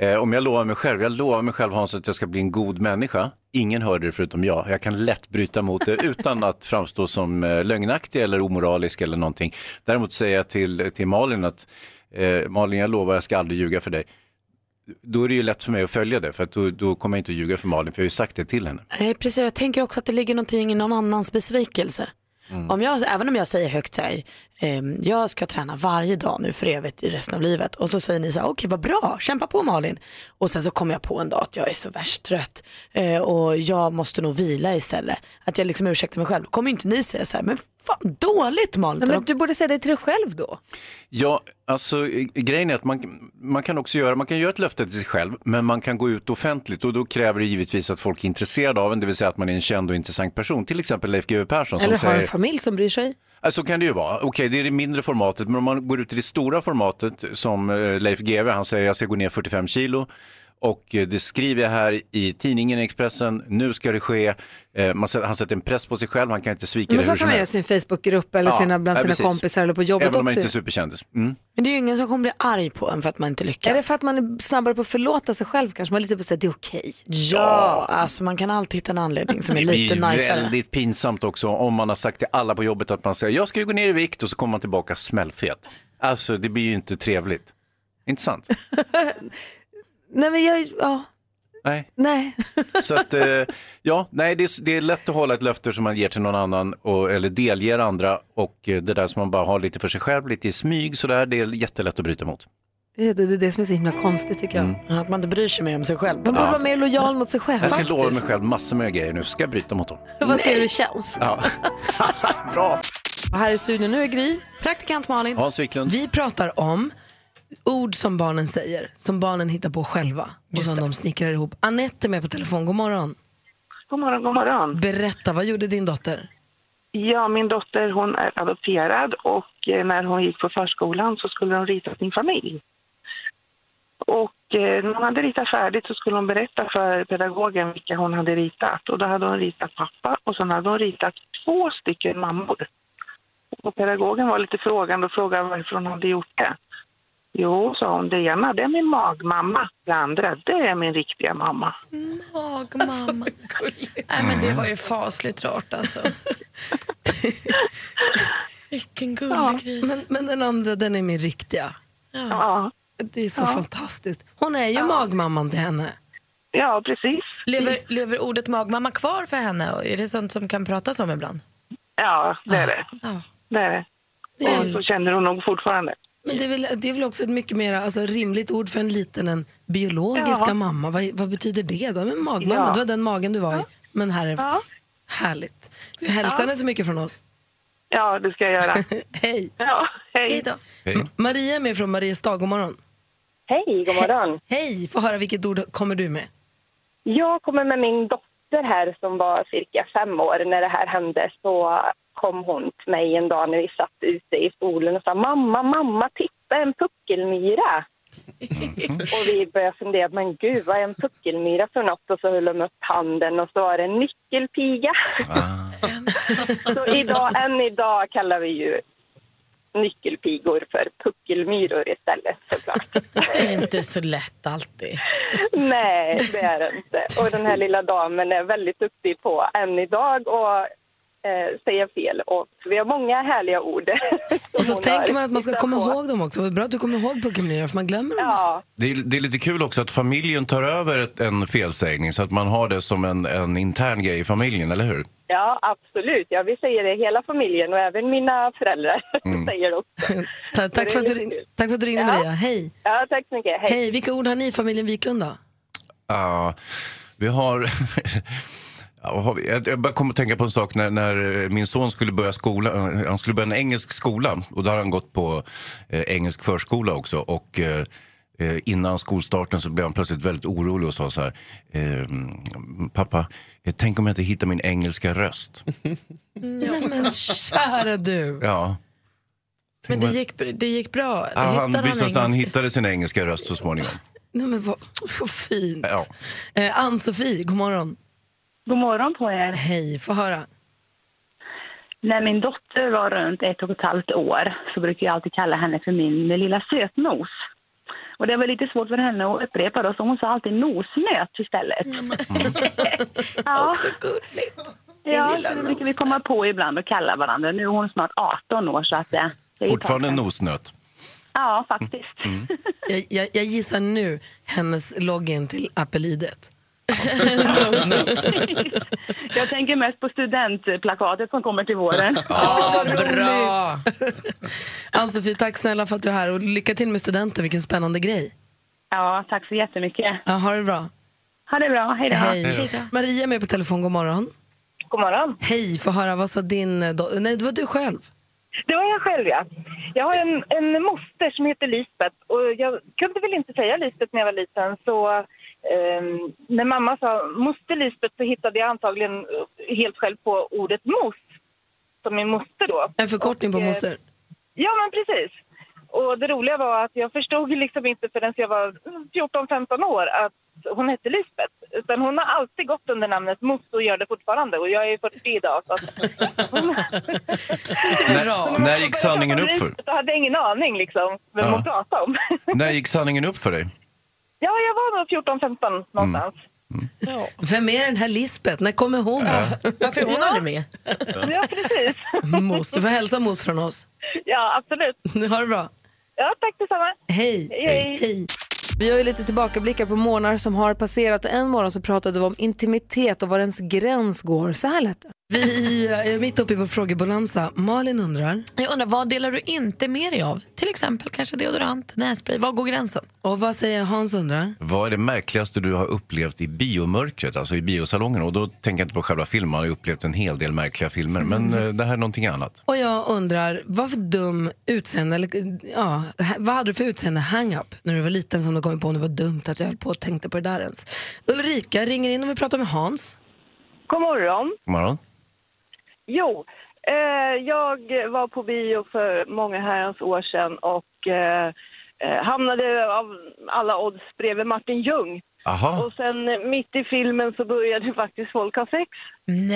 Eh, om jag lovar mig själv, jag lovar mig själv Hans att jag ska bli en god människa. Ingen hör det förutom jag. Jag kan lätt bryta mot det utan att framstå som eh, lögnaktig eller omoralisk eller någonting. Däremot säger jag till, till Malin att eh, Malin, jag lovar jag ska aldrig ljuga för dig. Då är det ju lätt för mig att följa det, för att då, då kommer jag inte att ljuga för Malin, för jag har ju sagt det till henne.
Nej, Eh, precis. Jag tänker också att det ligger någonting i någon annans besvikelse. Om jag, även om jag säger högt så här, ehm, jag ska träna varje dag nu för evigt i resten av livet. Och så säger ni så här, okej vad bra, kämpa på Malin. Och sen så kommer jag på en dag att jag är så värst trött eh, och jag måste nog vila istället. Att jag liksom ursäktar mig själv. Då kommer ju inte ni säga så här, men fan dåligt Malin.
Men du borde säga det till dig själv då.
Ja, alltså eh, grejen är att man, man kan också göra, man kan göra ett löfte till sig själv, men man kan gå ut offentligt och då kräver det givetvis att folk är intresserade av en, det vill säga att man är en känd och intressant person, till exempel Leif GW Persson
Eller
som
ha en
säger
familj som bryr sig.
Ja, Så kan det ju vara. Okej, det är det mindre formatet, men om man går ut i det stora formatet som eh, Leif GW, han säger jag ska gå ner 45 kilo och eh, det skriver jag här i tidningen Expressen, nu ska det ske. Eh, man sätter- Han sätter en press på sig själv, han kan inte svika
Men
det
så
hur
kan
som
man göra i
helst.
sin Facebookgrupp eller
Ja,
sina, bland
ja,
sina
precis.
kompisar eller på jobbet
Även om man
också.
inte är superkändis. Mm.
Men det är ju ingen som kommer bli arg på en för att man inte lyckas.
Är det för att man är snabbare på att förlåta sig själv kanske? Man är lite på att säga det är okej.
Ja, alltså man kan alltid hitta en anledning som är lite
Det blir
najsare.
väldigt pinsamt också om man har sagt till alla på jobbet att man säger jag ska ju gå ner i vikt och så kommer man tillbaka smällfet. Alltså det blir ju inte trevligt. Inte sant?
Nej men jag, ja,
Nej.
nej.
Så att, eh, ja, nej, det, är, det är lätt att hålla ett löfte som man ger till någon annan och, eller delger andra och eh, det där som man bara har lite för sig själv, lite i smyg sådär, det är jättelätt att bryta mot.
Det är det, det är det som är så himla konstigt tycker jag.
Att man inte bryr sig mer om sig själv.
Man borde
Mm. Ja.
vara mer lojal mot sig själv.
Jag ska lova mig själv massor med grejer nu, ska jag bryta mot dem.
Vad säger du känns?
Ja. Bra.
Och här i studion nu är Gry.
Praktikant Malin.
Hans Wiklund.
Vi pratar om ord som barnen säger, som barnen hittar på själva och som de snickrar ihop. Anette är med på telefon, god morgon.
God morgon, god morgon.
Berätta, vad gjorde din dotter?
Ja, min dotter hon är adopterad och eh, när hon gick på förskolan så skulle hon rita sin familj. Och eh, när hon hade ritat färdigt så skulle hon berätta för pedagogen vilka hon hade ritat. Och då hade hon ritat pappa och sen hade hon ritat två stycken mammor. Och pedagogen var lite frågande och frågade varför hon hade gjort det. Jo, sa hon, det ena det är min magmamma, det andra det är min riktiga mamma.
Magmamma. Nej men
Mm.
det var ju fasligt rart alltså. Vilken gullig
Ja,
gris.
Men, men den andra, den är min riktiga.
Ja.
Det är så
Ja.
fantastiskt. Hon är ju magmamman till henne.
Ja, precis.
Lever, lever ordet magmamma kvar för henne? Och Är det sånt som kan pratas om ibland?
Ja, det är det.
Ja.
det, är det. Och så känner hon nog fortfarande.
Men det är, väl, det är väl också ett mycket mer alltså, rimligt ord för en liten än biologiska
Ja.
mamma. Vad, vad betyder det då? Men magmamma,
Ja.
det var den magen du var i. Men här är
Ja.
härligt. Du hälsar
Ja.
henne så mycket från oss.
Ja, det ska jag göra.
hej!
Ja, hej.
då. Maria är med från Mariestad, god morgon.
Hej, god morgon.
Hej, få höra vilket ord kommer du med?
Jag kommer med min dotter här som var cirka fem år när det här hände. Så kom hon till mig en dag när vi satt ute i solen och sa mamma, mamma, titta en puckelmyra. och vi började fundera, men gud vad är en puckelmyra för något? Och så höll de upp handen och så var det en nyckelpiga. så idag, än idag kallar vi ju nyckelpigor för puckelmyror istället såklart.
Det är inte så lätt alltid.
Nej, det är det inte. Och den här lilla damen är väldigt duktig på än idag och eh, säga fel. Och vi har många härliga ord.
Och så
hon
tänker
har
man att man ska
hittat
komma
på.
ihåg dem också. Vad bra att du kommer ihåg puckelmyror, för man glömmer dem. Ja.
Det är, det är lite kul också att familjen tar över ett, en felsägning så att man har det som en, en intern grej i familjen, eller hur?
Ja, absolut. Ja, vi säger det hela familjen och även mina föräldrar
Mm.
säger det också.
Ta,
Så det
tack, för
är
att du,
lite
ring-
kul.
tack för att du ringde
Ja.
Maria, hej.
Ja, tack så mycket. Hej.
Hej, vilka ord har ni i familjen Wiklund då?
Ja, vi har... Ja, vad har vi? Jag- Jag bara kom att tänka på en sak när, när eh, min son skulle börja skola. eh, Han skulle börja en engelsk skola och då hade han gått på eh, engelsk förskola också. Och eh, eh, innan skolstarten så blev han plötsligt väldigt orolig och sa så här. ehm, Pappa, eh, tänk om jag inte hittar min engelska röst.
Nej men kära du.
Ja.
Men det gick, det gick bra?
Ja, Ah, han
Hittade
visade sig att han
engelska?
hittade sin engelska röst så småningom.
Nej, men vad, vad fint.
Ja.
Eh, Ann-Sofie, god morgon.
God morgon på er.
Hej, få höra.
När min dotter var runt ett och ett halvt år så brukade jag alltid kalla henne för min lilla sötnos. Och det var lite svårt för henne att upprepa då, så hon sa alltid nosnöt istället.
Mm.
ja. Också
gulligt.
Ja, så det brukar vi komma på ibland och kalla varandra. Nu är hon snart 18 år så att det, det är ju
Fortfarande en nosnöt.
Ja, faktiskt.
Mm.
Jag, jag, jag gissar nu hennes login till Appelidet.
Jag tänker mest på studentplakatet som kommer till våren.
Ja, bra! Ann-Sofie, tack snälla för att du är här och lycka till med studenten, vilken spännande grej.
Ja, tack så jättemycket.
Ja, ha det bra.
Ha det bra, hej då.
Hej. Maria är med på telefon, god morgon.
God morgon.
Hej, få höra, vad sa din eh, do- Nej, det var du själv.
Det var jag själv, ja. Jag har en, en moster som heter Lisbeth. Och jag kunde väl inte säga Lisbeth när jag var liten. Så ehm, när mamma sa moster Lisbeth så hittade jag antagligen eh, helt själv på ordet mos. Som min moster då.
En förkortning på
Och, eh,
moster.
Ja, men precis. Och det roliga var att jag förstod ju liksom inte förrän jag var 14-15 år att hon hette Lisbeth. Utan hon har alltid gått under namnet Mos och gör det fortfarande. Och jag är 40 idag. Så att
När, när gick sanningen upp för?
Jag hade ingen aning liksom vem
Ja.
hon pratade om.
När gick sanningen upp för dig?
ja, jag var nog 14-15 någonstans.
Mm.
Vem är den här Lisbeth? När kommer hon? Varför är hon aldrig med?
Mm.
Ja, precis.
Mos, Mm, du får hälsa Mos från oss.
Ja, absolut.
Ha det bra.
Ja, tack detsamma.
Hej.
Hej.
Hej.
Vi har ju lite tillbakablickar på månader som har passerat och en morgon så pratade vi om intimitet och var ens gräns går. Så här lät det.
Vi är mitt uppe i vår frågebonanza. Malin undrar. Jag undrar, vad delar du inte med dig av? Till exempel kanske deodorant, nässpray. Var går gränsen? Och vad säger Hans undrar?
Vad är det märkligaste du har upplevt i biomörkret, alltså i biosalongen? Och då tänker jag inte på själva filmen, jag har ju upplevt en hel del märkliga filmer. Men eh, det här är någonting annat.
Och jag undrar, vad för dum utseende, eller, ja, ha- vad hade du för utseende hang-up när du var liten som du kom på om det var dumt att jag höll på och tänkte på det där ens? Ulrika ringer in och vi pratar med Hans.
God morgon.
God morgon.
Jo, eh, jag var på bio för många herrans år sedan och eh, eh, hamnade av alla odds bredvid Martin Ljung.
Aha.
Och sen eh, mitt i filmen så började faktiskt folk ha sex.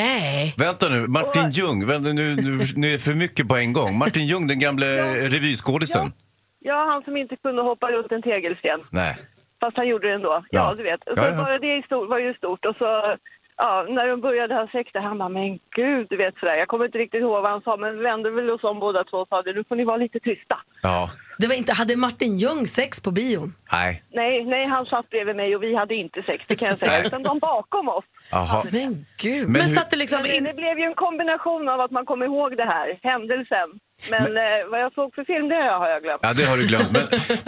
Nej!
Vänta nu, Martin Ljung. Vänta, nu, nu, nu är det för mycket på en gång. Martin Ljung, den gamle revyskådisen.
Ja, han som inte kunde hoppa runt en tegelsten.
Nej.
Fast han gjorde det ändå. Ja,
Ja.
du vet. Så
Ja, ja.
Bara det i stort, var ju stort. Och så, ja, när de började ha sex där, han bara, men gud, du vet sådär. Jag kommer inte riktigt ihåg vad han sa, men vi vände väl oss om båda två och sa det. Nu får ni vara lite tysta.
Ja.
Det var inte, hade Martin Ljung sex på bion?
Nej.
Nej, nej, han satt bredvid mig och vi hade inte sex, det kan jag säga. Utan de bakom oss.
Jaha.
Men gud.
Men Men hur- satt
det liksom
in... Det blev ju en kombination av att man kom ihåg det här, händelsen. Men, Eh, vad jag såg för film, det har jag glömt.
Ja, det har du glömt. Men,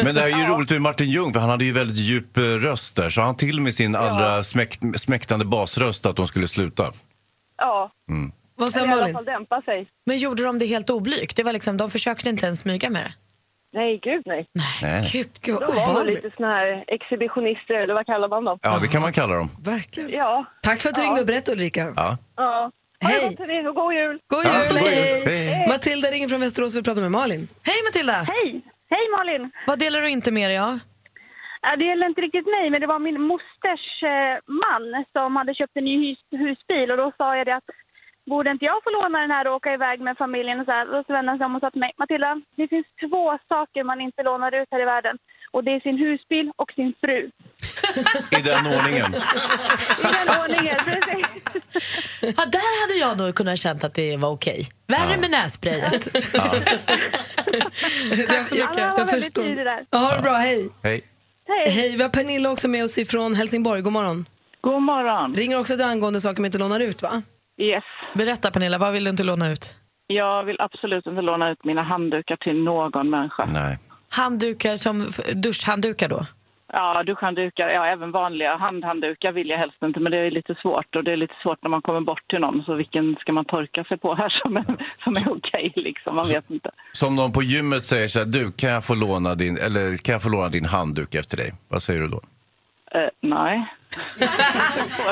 men det här är ju roligt med Martin Ljung, för han hade ju väldigt djup eh, röst där. Så han till med sin allra smäkt, smäktande basröst att de skulle sluta.
Ja.
Mm.
Vad säger
Eller i alla
Malin?
fall dämpa sig.
Men gjorde de det helt oblygt? Det var liksom, de försökte inte ens smyga med det.
Nej, gud nej.
Nej.
gud,
Då
vad
var man
obehagligt.
lite såna här exhibitionister, eller vad kallar man dem?
Ja, det kan man kalla dem.
Verkligen.
Ja.
Tack för att du ringde och berättade Ulrika.
Ja.
Ja. Hej! Och god jul!
God
Ja,
jul!
god jul.
hej.
Hej.
Matilda ringer från Västerås och vi pratar med Malin.
Hej Matilda! Hej!
Hej Malin!
Vad delar du inte med dig av?
Ja, Det gäller inte riktigt mig, men det var min mosters eh, man som hade köpt en ny hus, husbil och då sa jag det att borde inte jag få låna den här och åka iväg med familjen och så här. Då så vände han sig om och sa till mig, Matilda, det finns två saker man inte lånar ut här i världen och det är sin husbil och sin fru.
I den ordningen.
Ja, där hade jag nog kunnat känna att det var okej. Värre med nässprayet.
Tack så mycket.
var
Jag
väldigt
förstår.
tidig där.
Ja, Ha det bra, hej.
Hej.
Hej. Vi har Pernilla också med oss ifrån Helsingborg. God morgon.
God morgon.
Ringer också till angående saker man inte lånar ut, va?
Yes.
Berätta Pernilla, vad vill du inte låna ut?
Jag vill absolut inte låna ut mina handdukar till någon människa.
Nej.
Handdukar som f- duschhanddukar då?
Ja, duschhanddukar, ja även vanliga handhanddukar vill jag helst inte, men det är lite svårt och det är lite svårt när man kommer bort till någon, så vilken ska man torka sig på här som är, som är okej liksom, man vet inte.
Som de på gymmet säger så här, du kan jag få låna din, eller, kan jag få låna din handduk efter dig? Vad säger du då?
Eh, nej.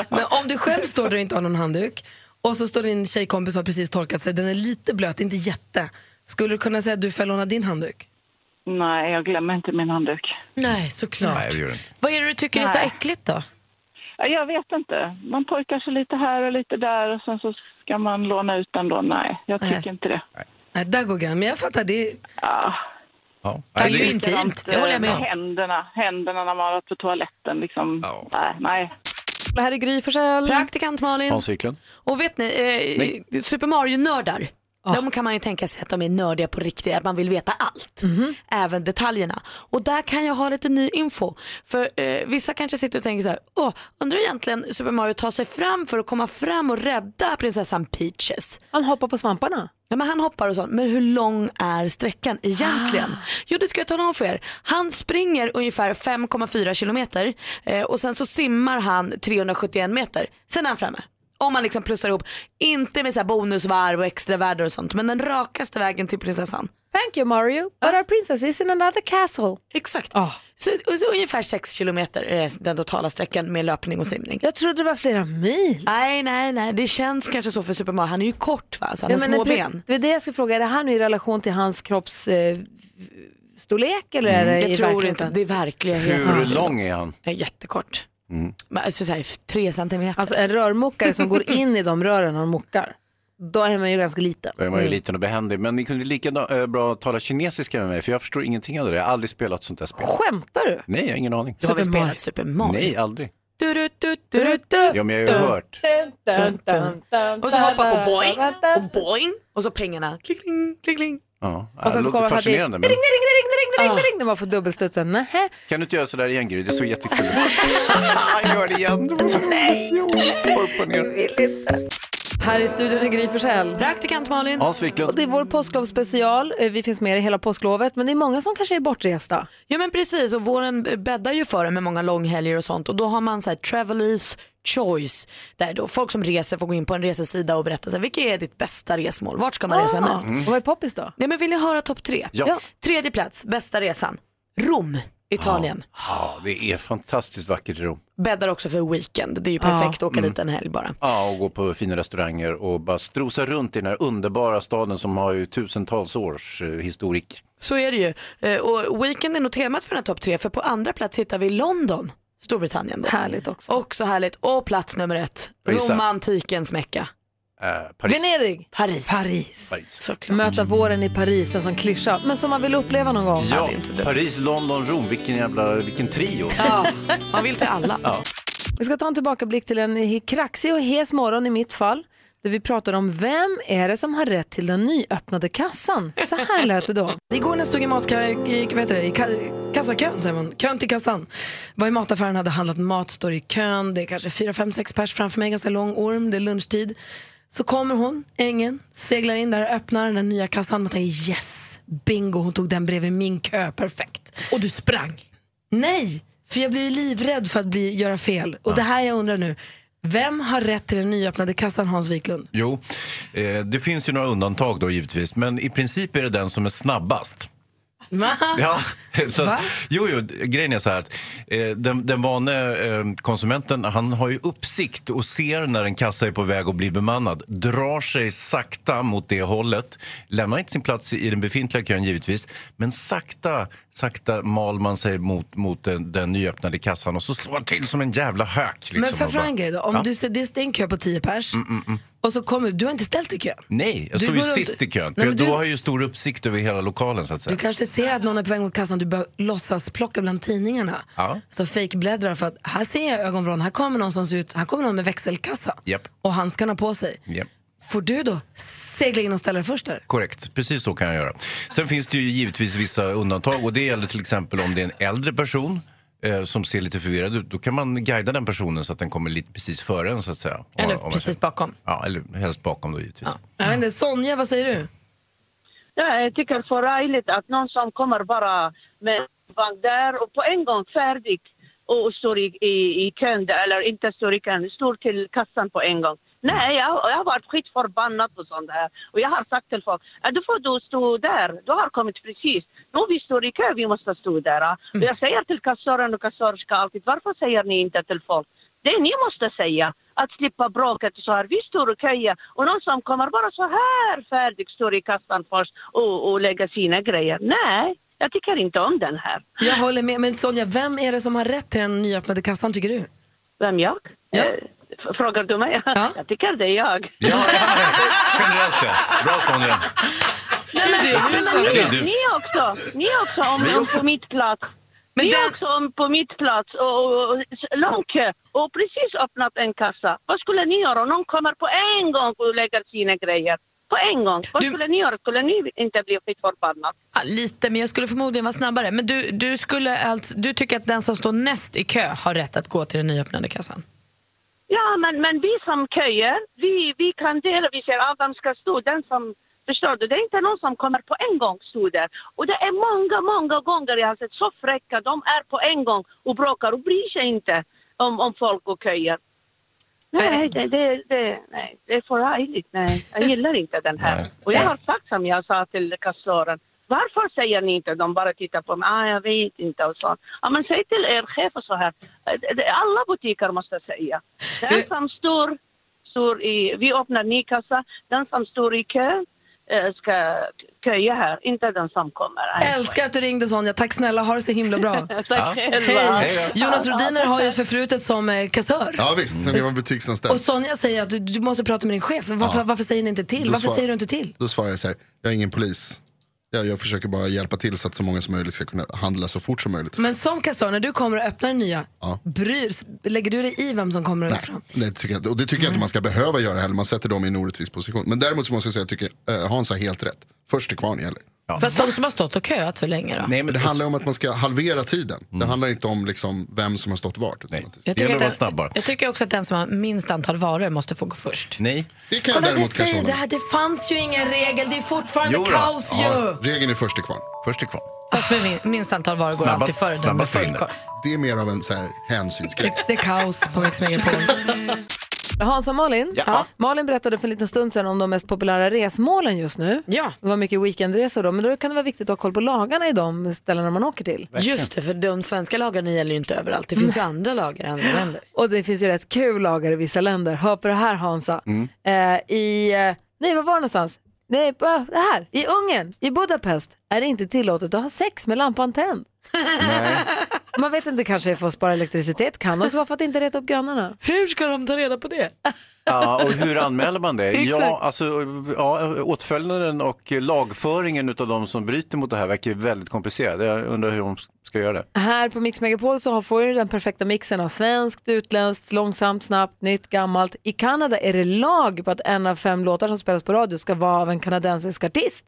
Men om du själv står där och inte har någon handduk och så står din tjejkompis och har precis torkat sig, den är lite blöt, inte jätte. Skulle du kunna säga att du får låna din handduk?
Nej, jag glömmer inte min handduk.
Nej, såklart.
Nej, det gör du inte.
Vad är det du tycker är så
Nej.
äckligt då?
Ja, Jag vet inte. Man torkar sig lite här och lite där och sen så ska man låna ut den då. Nej, jag tycker inte det.
Nej, där går gränsen. Men jag fattar, det är...
Ja.
Ja.
Det är ju intimt, det håller jag med om.
eh, Händerna, händerna när man har varit på toaletten liksom. Nej, nej.
Det här är Gry Forssell. Praktikant Malin.
Hans Wiklund.
Och vet ni, eh, Super Mario-nördar, de kan man ju tänka sig att de är nördiga på riktigt, att man vill veta allt. Även detaljerna. Och där kan jag ha lite ny info. För eh, vissa kanske sitter och tänker så här, åh, undrar egentligen Super Mario tar sig fram för att komma fram och rädda prinsessan Peaches.
Han hoppar på svamparna.
Ja, men han hoppar och sånt, men hur lång är sträckan
Ah.
egentligen? Jo, det ska jag tala om för er. Han springer ungefär 5,4 kilometer eh, och sen så simmar han 371 meter. Sen är han framme. Om man liksom plussar ihop, inte med så här bonusvarv och extra världar och sånt, men den rakaste vägen till prinsessan.
Thank you Mario,
Ah.
but our princess is in another castle.
Exakt.
Ah.
Så, och så ungefär 6 kilometer är den totala sträckan med löpning och simning.
Jag trodde det var flera mil.
Nej, nej, nej. Det känns kanske så för Super Mario. Han är ju kort va, så han har
men
små
det-
ben.
Det är det jag skulle fråga, är det här nu i relation till hans kroppsstorlek eh, storlek, eller är det
Mm. jag
i
tror
verkligheten?
inte det är verkligheten.
Hur lång är han?
är jättekort.
Mm.
Men Alltså så här, tre centimeter.
Alltså en rörmokare som går in i de rören och mockar, då är man ju ganska liten. Mm.
Då är
Mm.
man ju liten och behändig. Men ni kunde lika da- eh, bra tala kinesiska med mig, för jag förstår ingenting av det. Jag har aldrig spelat sånt där spel.
Skämtar du?
Nej, jag har ingen aning.
Du har väl Super Mario. spelat Super Mario?
Nej, aldrig.
Du, du, du, du, du, du.
Ja, men jag har ju hört.
Och så hoppa på boing och boing och så pengarna. Klick, kling, klick, kling.
Ja,
Och sen
det
så
låter
kommer han till, ring,
fascinerande.
ring,
Men...
ring, ring, ring, ring, ring, det var för dubbelstudsen. Nähä.
Kan du inte göra sådär igen, Gry? Det såg jättekul ut. Gör det igen.
Nej,
jag vill
inte.
Här i studion är Gry Forssell.
Praktikant Malin.
Hans Wiklund.
Och det är vår påsklovsspecial. Eh, Vi finns med er hela påsklovet, men det är många som kanske är bortresta.
Ja men precis och våren bäddar ju för det med många långhelger och sånt och då har man så här travelers choice där då folk som reser får gå in på en resesida och berätta så här, vilket är ditt bästa resmål, vart ska man resa
Ah,
mest?
Mm.
Och vad är poppis då?
Nej men vill ni höra topp tre?
Ja. Ja.
Tredje plats, bästa resan, Rom, Italien.
Ah.
Ja, det är fantastiskt vackert i Rom.
Bäddar också för weekend, det är ju
Ah.
perfekt att åka dit en helg bara.
Ja, och gå på fina restauranger och bara strosa runt i den här underbara staden som har ju tusentals års eh, historik.
Så är det ju. Eh, Och weekend är nog temat för den här topp tre för på andra plats hittar vi London, Storbritannien. Då.
Härligt också.
Också härligt. Och plats nummer ett,
Jag gissar.
romantikens mecka.
Eh, Paris.
Venedig.
Paris.
Paris.
Såklart.
Möta våren i Paris, en sån klyscha, men som man vill uppleva någon gång.
Ja, Paris, London, Rom. Vilken jävla, vilken trio.
man vill till alla.
Ja.
Vi ska ta en tillbakablick till en he- kraxig och hes morgon i mitt fall. Där vi pratade om vem är det som har rätt till den nyöppnade kassan. Så här lät det då.
Igår när jag stod i, matka, i, vad heter det, i ka- kassakön, säger man. kön till kassan, var i mataffären, hade handlat mat, står i kön, det är kanske fyra, fem, sex pers framför mig, ganska lång orm, det är lunchtid. Så kommer hon, ängen, seglar in där, öppnar den här nya kassan, man tänker yes, bingo, hon tog den bredvid min kö, perfekt. Och du sprang? Nej, för jag blir ju livrädd för att bli, göra fel. Och det här jag undrar nu, vem har rätt till den nyöppnade kassan Hans Wiklund?
Jo, eh, det finns ju några undantag då givetvis, men i princip är det den som är snabbast. Ja, så att, jo, jo, grejen är så här att eh, den, den vane eh, konsumenten han har ju uppsikt och ser när en kassa är på väg att bli bemannad. Drar sig sakta mot det hållet. Lämnar inte sin plats i den befintliga kön givetvis. Men sakta, sakta mal man sig mot, mot den, den nyöppnade kassan och så slår man till som en jävla hök. Liksom,
Men för
och
fram
bara-
en grej då, om
Ja.
du ser, det är en kö på tio pers, Mm, mm, mm. Och så kommer du, du har inte ställt dig i kön.
Nej, jag
Du
står ju
går runt-
sist i kön.
Nej,
För
men
då
du-
har jag ju stor uppsikt över hela lokalen så att säga.
Du kanske ser att någon är på väg mot kassan, du bör låtsas plocka bland tidningarna.
Ja,
Så fejkbläddrar för att här ser jag i ögonvrån, här kommer någon som ser ut, här kommer någon med växelkassa
japp,
och handskarna på sig.
japp.
Får du då segla in och ställa dig först där?
Korrekt, precis så kan jag göra. Sen finns det ju givetvis vissa undantag och det gäller till exempel om det är en äldre person eh, som ser lite förvirrad ut. Då kan man guida den personen så att den kommer lite precis före en så att säga. Om-
Eller
om man
precis
säger-
bakom.
Ja, eller helst bakom då givetvis.
Jag vet inte, Sonja, vad säger du?
Ja, jag tycker förargligt att någon som kommer bara med vagn där och på en gång färdig och står i, i, i kön där, eller inte står i kön, står till kassan på en gång. Nej, jag, jag har varit skitförbannad på sånt här. Och jag har sagt till folk, "Ja, då får du stå där, du har kommit precis. Nu vi står i kö, vi måste stå där. ja." Och jag säger till kassören och kassörskan alltid, varför säger ni inte till folk? Det ni måste säga, att slippa bråket så här. Vi står och köar och någon som kommer bara så här färdig står i kassan först och, och lägger sina grejer. Nej, jag tycker inte om den här.
Jag håller med, men Sonja, vem är det som har rätt till den nyöppnade kassan tycker du?
Vem jag? Eh, F- Frågar du mig? Jag tycker det är jag.
Generellt ja. Bra Sonja.
Men
det är du, såklart.
ni, ni också, ni också om,
Vi
om
också.
på mitt plats.
Men
ni
den-
också om på mitt plats och, och, och s- lång kö och precis öppnat en kassa. Vad skulle ni göra om någon kommer på en gång och lägger sina grejer? På en gång. Vad skulle ni göra? Skulle ni inte bli skitförbannade?
Ja, lite, men jag skulle förmodligen vara snabbare. Men du, du, skulle alltså, du tycker att den som står näst i kö har rätt att gå till den nyöppnade kassan?
Ja, men, men vi som köjer, vi, vi kan dela, vi säger att vem ska stå, den som Förstår du? Det är inte någon som kommer på en gång stå där. Och det är många, många gånger jag har sett så fräcka. De är på en gång och bråkar och bryr sig inte om, om folk och köjer. Nej, det, det, det, nej, det är förargligt. Nej, jag gillar inte den här. Och jag har sagt som jag sa till kassören. Varför säger ni inte? De bara tittar på mig. Ah, jag vet inte och sånt. Ja, men säg till er chef och så här. Eh, det- Alla butiker måste säga. Den som står, står i... Vi öppnar ny kassa. Den som står i kö eh, ska köja här, inte den som kommer.
Älskar att du ringde Sonja, tack snälla, ha det så himla bra.
Tack själva.
Hej. Jonas Rhodiner har ju ett förflutet som eh, kassör.
Ja visst,
Mm.
sen jag var butiksanställd.
Och Sonja säger att du, du måste prata med din chef, varför,
Ja.
varför säger ni inte till?
Då
Varför
svar-
säger du inte till?
Då svarar jag så här, jag är ingen polis. Jag, jag försöker bara hjälpa till så att så många som möjligt ska kunna handla så fort som möjligt.
Men som kassör, när du kommer och öppnar den nya, bryr, lägger du dig i vem som kommer Nej. fram?
Det tycker jag, inte- och det tycker jag inte man ska behöva göra heller, man sätter dem i en orättvis position. Men däremot så måste jag säga, jag tycker eh, Hans har helt rätt. Först till kvarn gäller.
Fast de som har stått och köat så länge då?
Nej, men det handlar om att man ska halvera tiden. Det handlar inte om liksom vem som har stått vart. utan att-
Jag tycker, att den, jag tycker också att den som har minst antal varor måste få gå först.
Nej.
Det kan
Kolla,
jag
det,
däremot kanske
säger, det,
hålla
här, det fanns ju ingen regel, det är fortfarande
med.
kaos ju.
Ja, Regeln är först till kvarn.
Först till kvarn.
Fast med min- minst antal varor går alltid före den med full koll.
Det är mer av en så här hänsynsgrej.
Det är kaos på Mix Megapol.
Hans och Malin, ja. Malin berättade för en liten stund sedan om de mest populära resmålen just nu.
Ja.
Det var mycket weekendresor då, men då kan det vara viktigt att ha koll på lagarna i de ställena man åker till. Mm.
Just det, för de svenska lagarna gäller ju inte överallt. Det finns ju andra lagar i andra länder.
Och det finns ju rätt kul lagar i vissa länder. Hör på det här Hansa. Eh, I, eh, nej vad var det någonstans? Nej, bara det här. I Ungern, i Budapest, är det inte tillåtet att ha sex med lampan tänd. Man vet inte, kanske för att spara elektricitet, kan också vara för att inte reta upp grannarna.
Hur ska de ta reda på det?
Ja, och hur anmäler man det?
Exakt.
ja, alltså, ja, åtföljden och lagföringen av de som bryter mot det här verkar ju väldigt komplicerad. Jag undrar hur de ska göra det.
Här på Mix Megapol så har- får du den perfekta mixen av svenskt, utländskt, långsamt, snabbt, nytt, gammalt. I Kanada är det lag på att en av fem låtar som spelas på radio ska vara av en kanadensisk artist.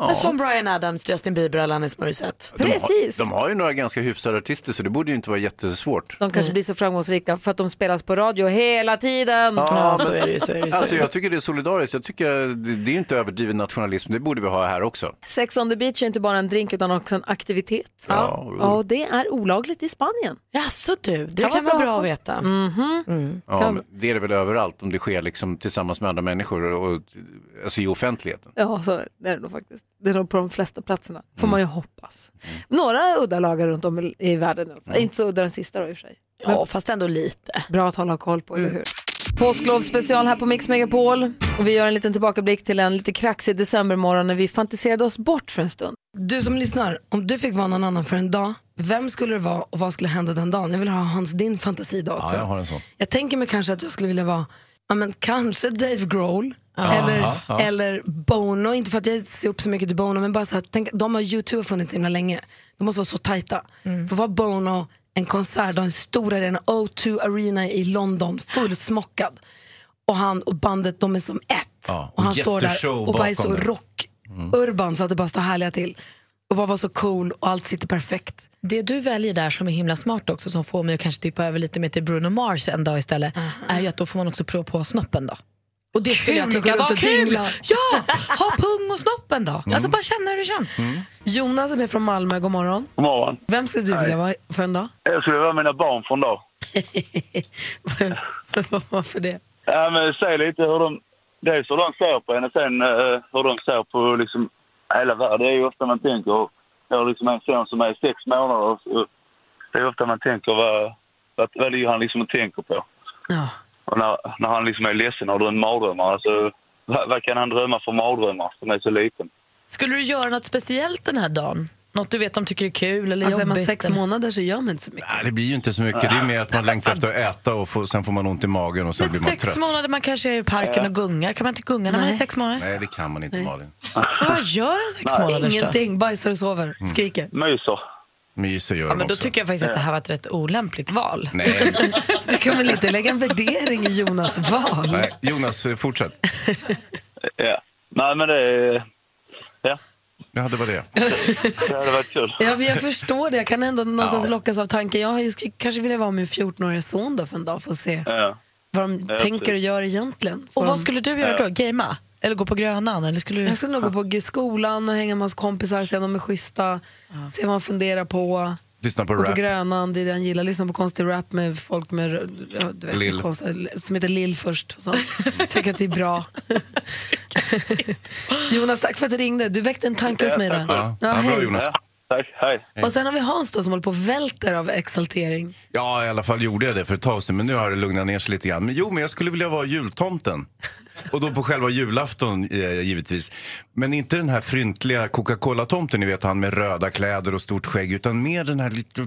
Men som Brian Adams, Justin Bieber och Alanis Morissette.
De har, de har ju några ganska hyfsade artister så det borde ju inte vara jättesvårt.
De kanske blir så framgångsrika för att de spelas på radio hela tiden.
Mm.
Alltså, jag tycker det är solidariskt. Jag tycker det, det är inte överdriven nationalism. Det borde vi ha här också.
Sex on the beach är inte bara en drink utan också en aktivitet.
Ja.
Ja, och det är olagligt i Spanien.
Jaså du, det kan vara bra att veta. Mm.
Mhm.
Ja,
Kan-
men det är det väl överallt om det sker liksom tillsammans med andra människor och, och alltså i offentligheten.
Ja, så är det nog faktiskt. Det är nog på de flesta platserna, får
Mm.
man ju hoppas. Några udda lagar runt om i- i världen. i alla fall.
Mm.
Inte så udda den sista då i och för sig.
Ja, fast ändå lite.
Bra att hålla koll på,
Mm.
eller hur? Påsklovsspecial här på Mix Megapol. Och vi gör en liten tillbakablick till en lite kraxig decembermorgon när vi fantiserade oss bort för en stund.
Du som lyssnar, om du fick vara någon annan för en dag, vem skulle det vara och vad skulle hända den dagen? Jag vill ha Hans din fantasi idag också.
Ja, jag har en sån.
Jag tänker mig kanske att jag skulle vilja vara, ja men kanske Dave Grohl.
Ja.
Eller,
Ja, ja.
eller Bono, inte för att jag ser upp så mycket till Bono, men bara så här, tänk, de har U2 har funnits så himla länge. De måste vara så tajta.
Mm.
För var Bono en konsert, då en stor arena, O2 Arena i London, fullsmockad. Och han och bandet, de är som ett.
Ja,
Och han
och
står där
jätteshow
och bara är
bakom
så
det. Mm.
rock-urban så att det bara står härliga till. Och bara var så cool och allt sitter perfekt.
Det du väljer där som är himla smart också som får mig att kanske tippa över lite mer till Bruno Mars en dag istället är ju att då får man också prova på snoppen då. Och det skulle jag
Kul att
tycka
gå runt
var
och
kul!
dingla.
Ja, ha pung och snoppen då.
Mm.
Alltså bara känna hur det känns.
Mm.
Jonas som är från Malmö, god morgon.
God morgon.
Vem skulle du
Hej.
vilja vara för en dag?
Jag skulle vara mina barn från dag.
Varför det?
Ja, men säg lite hur de... Dels hur de ser på en och sen eh, hur de ser på liksom hela världen. Det är ju ofta man tänker... Jag har liksom en son som är sex månader. Och, och det är ofta man tänker vad, vad, vad det är han liksom tänker på.
Ja.
Och när, när han liksom är ledsen och drömmer mardrömmar. Alltså, vad, vad kan han drömma för mardrömmar som är så liten?
Skulle du göra något speciellt den här dagen? Något du vet de tycker är kul eller
Alltså, är
jobbigt?
man sex
månader så gör man inte så mycket.
Nej, det blir ju inte så mycket. Det är mer att man längtar efter att äta och får, sen får man ont i magen och sen
Men
blir man
sex
trött.
månader, man kanske är i parken
Eh.
och gungar. Kan man inte gunga när man är sex månader?
Nej, det kan man inte Malin.
Vad gör en sex
Nej.
månaders då?
Ingenting, bajsar och sover, skriker.
Myser.
Mm. Myser
Ja,
gör
men
de
då
också.
tycker jag faktiskt att det här var ett rätt olämpligt val.
Nej,
Du kan väl inte lägga en värdering i Jonas val?
nej. Jonas, eh, fortsätt.
Ja. Nej, men det... Ja.
Ja, det var det.
Det hade varit kul.
Ja, men jag förstår det. Jag kan ändå någonstans
Ja.
lockas av tanken. Jag har ju sk- kanske vill vara med min 14-åriga son då för en dag för att se
Ja.
vad de
Ja,
tänker och
precis.
gör egentligen.
Och vad skulle du göra då? Gamea? Eller gå på Grönan? Eller skulle du...
Jag skulle nog gå på g- skolan och hänga med hans kompisar, se om de är schyssta, se vad han funderar på.
Lyssna på
Gå på
rap.
Grönan, det är det han gillar. Lyssna på konstig rap med folk med, rö- ja, du vet,
Lill.
konstiga- som heter Lill först. Och sånt. Tycker att det är bra. Jonas, tack för att du ringde. Du väckte en tanke hos mig där.
Ja, ja, bra
hej.
Jonas.
Tack, hej.
Och sen har vi Hans då som håller på och välter av exaltering.
Ja, i alla fall gjorde jag det för ett tag sedan, men nu har det lugnat ner sig lite grann. Men jo, men jag skulle vilja vara jultomten. Och då på själva julafton, eh, givetvis. Men inte den här fryntliga Coca-Cola-tomten, ni vet han med röda kläder och stort skägg, utan mer den här lite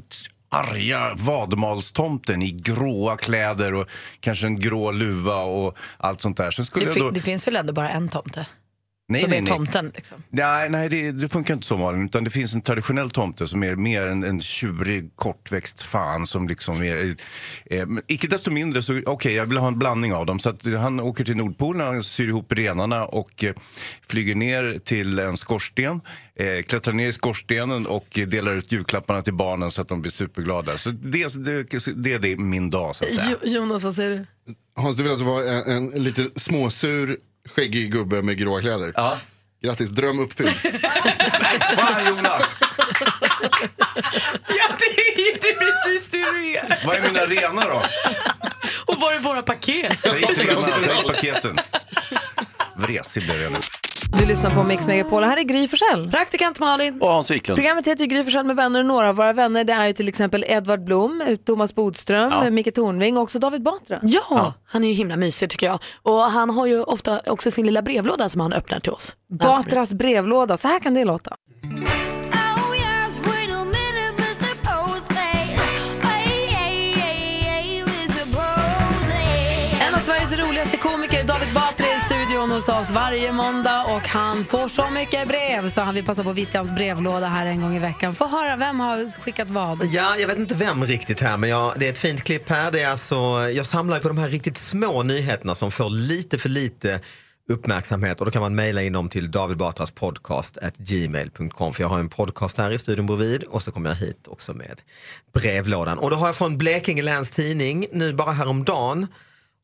arga vadmalstomten i gråa kläder och kanske en grå luva och allt sånt där. Sen skulle
Det,
jag
fi-
då...
det finns väl ändå bara en tomte?
Nej,
som
nej,
är
nej.
tomten. Liksom.
Nej, nej det, det funkar inte så Malin. Utan det finns en traditionell tomte som är mer en, en tjurig, kortväxt fan som liksom är... Eh, men icke desto mindre så, okej, jag vill ha en blandning av dem. Så att han åker till Nordpolen, han syr ihop renarna och eh, flyger ner till en skorsten. Eh, klättrar ner i skorstenen och eh, delar ut julklapparna till barnen så att de blir superglada. Så det, det, det, det är min dag så att säga.
Jonas, vad säger du?
Hans, du vill alltså vara en, en lite småsur, skäggig gubbe med gråa kläder?
Ja.
Grattis, dröm uppfylld.
Fan Jonas!
Ja, det är inte precis det du är.
Vad är mina renar då?
Och var är våra paket?
Säg till dem att dra i paketen. Vresig blev jag nu.
Du lyssnar på Mix Megapol. Här är Gry Forssell.
Praktikant Malin.
Och Hans Wiklund.
Programmet heter ju Gry Forssell med vänner och några av våra vänner det är ju till exempel Edvard Blom, Thomas Bodström,
Ja.
Micke Tornving och också David Batra.
Ja, han är ju himla mysig tycker jag. Och han har ju ofta också sin lilla brevlåda som han öppnar till oss.
Batras brevlåda, så här kan det låta. En av Sveriges roligaste komiker, David Batra, är i studion hos oss varje måndag och han får så mycket brev så han vill passa på att vittja hans brevlåda här en gång i veckan. Få höra, vem har skickat vad?
Ja, jag vet inte vem riktigt här, men jag, det är ett fint klipp här. Det är alltså, jag samlar ju på de här riktigt små nyheterna som får lite för lite uppmärksamhet och då kan man mejla in dem till David Batras podcast at gmail.com för jag har en podcast här i studion bredvid och så kommer jag hit också med brevlådan. Och då har jag från Blekinge läns tidning nu bara häromdagen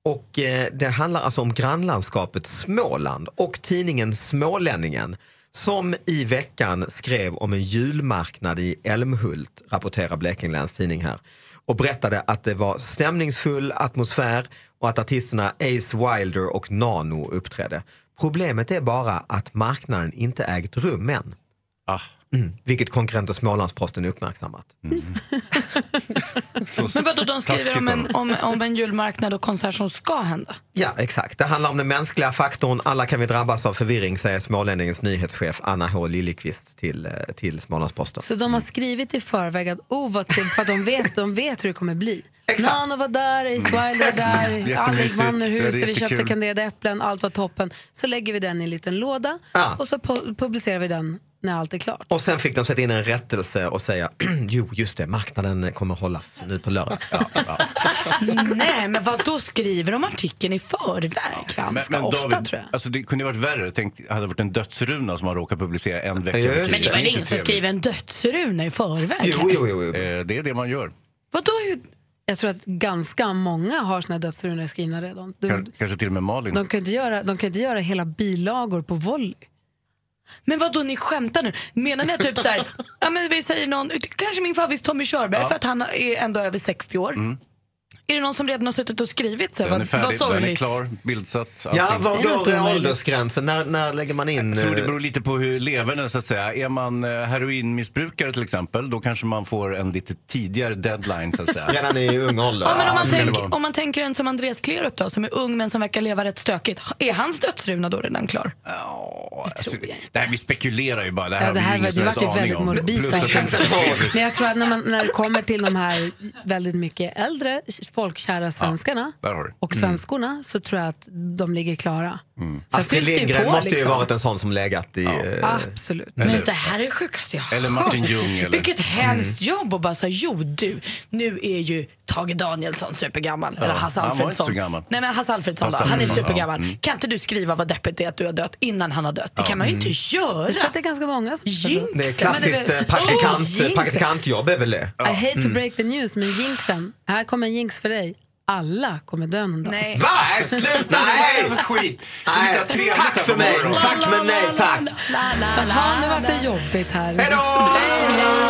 och eh, det handlar alltså om grannlandskapet Småland och tidningen Smålänningen som i veckan skrev om en julmarknad i Älmhult, rapporterar Blekinge Läns tidning här och berättade att det var stämningsfull atmosfär och att artisterna Ace Wilder och Nano uppträdde. Problemet är bara att marknaden inte ägt rum än. Mm, vilket konkurrenter Smålandsposten uppmärksammat.
Men vadå, de skriver om en, om, om en julmarknad och konsert som ska hända?
Ja, exakt. Det handlar om den mänskliga faktorn. Alla kan vi drabbas av förvirring, säger smålänningens nyhetschef Anna H Liljeqvist till, eh, till Smålandsposten.
Så de har skrivit i förväg att oh vad trevligt för att de vet, de vet hur det kommer bli. Nano var där, Ace Wilder var där,
Mm. Jättemysigt.
alla gick
Det är
mannerhus och vi köpte
jättekul.
kanderade äpplen, allt var toppen. Så lägger vi den i en liten låda
Ja.
och så pu- publicerar vi den när allt är klart.
Och sen fick de sätta in en rättelse och säga, jo just det, marknaden kommer hållas nu på lördag. Ja, ja.
Nej, men vad då skriver de artikeln i förväg? Ganska ofta tror jag.
Alltså, det kunde ju varit värre. Tänk, hade det varit en dödsruna som man råkar publicera en vecka.
Men
i tid.
det var
Inte
ingen som
trevligt.
skriver en dödsruna i förväg.
Eh, Det är det man gör.
Vadå?
Jag tror att ganska många har sina dödsrunor skrivna redan. De,
Kans- Kanske till och med Malin.
de, kan inte göra, de kan inte göra hela bilagor på volley.
Men vad då ni skämtar nu? Menar ni att typ så här, ja, men vi säger någon, kanske min favorit Tommy Körberg
Ja.
för att han är ändå över 60 år.
Mm.
Är det någon som redan har suttit och skrivit så här,
Den är
vad, vad
färdig, den är
sorgligt?
klar, bildsatt.
Ja,
allting.
var går åldersgränsen? När, när lägger man in?
Jag tror det
eh,
beror lite på hur levern är, så att säga. Är man eh, heroinmissbrukare till exempel, då kanske man får en lite tidigare deadline så att säga.
Redan i ung ålder.
Ja, men om, man
så kan det
tänk,
vara.
om man tänker en som Andreas Klerup då, som är ung men som verkar leva rätt stökigt. Är hans dödsruna då redan klar?
Alltså, det här, vi spekulerar ju bara. Det här,
Ja, det här
har vi
var-
ingen som helst
det vart
aning
ju väldigt
om.
morbid
Plus att
verkligen.
det-
Men jag tror att när, man, när det kommer till de här väldigt mycket äldre, folkkära svenskarna
där har du.
och
Mm.
svenskorna så tror jag att de ligger klara.
Mm.
Sen
Astrid
fylls det ju
Lindgren
på,
måste ju
liksom.
varit en sån som legat i... eh,
Absolut.
Men Eller- det
här är det sjukaste jag har
Eller Martin
hört.
Ljung, eller-
Vilket
Mm.
hemskt jobb att bara säga jo du, nu är ju Tage Danielsson supergammal.
Ja,
eller Hasse
han var inte
Alfredsson.
så gammal.
Nej men Hasse Alfredsson,
Hasse
då, han är
Alfredsson,
supergammal.
ja, mm.
Kan inte du skriva vad deppigt det är att du har dött innan han har dött? Det
Ja.
kan man ju inte
Mm.
göra.
Jag tror att det är ganska många som
Jinx.
Det är klassiskt eh, praktikant,
Oh,
praktikantjobb är väl det?
I hate to
Mm.
break the news, men jinxen, här kommer en jinx för dig. Alla kommer dö någon dag.
Eh,
Nej.
Va? Nej, sluta! Nej! Skit. Nej. Tack för mig! Tack men nej tack!
Jaha, nu vart det jobbigt här. Hejdå!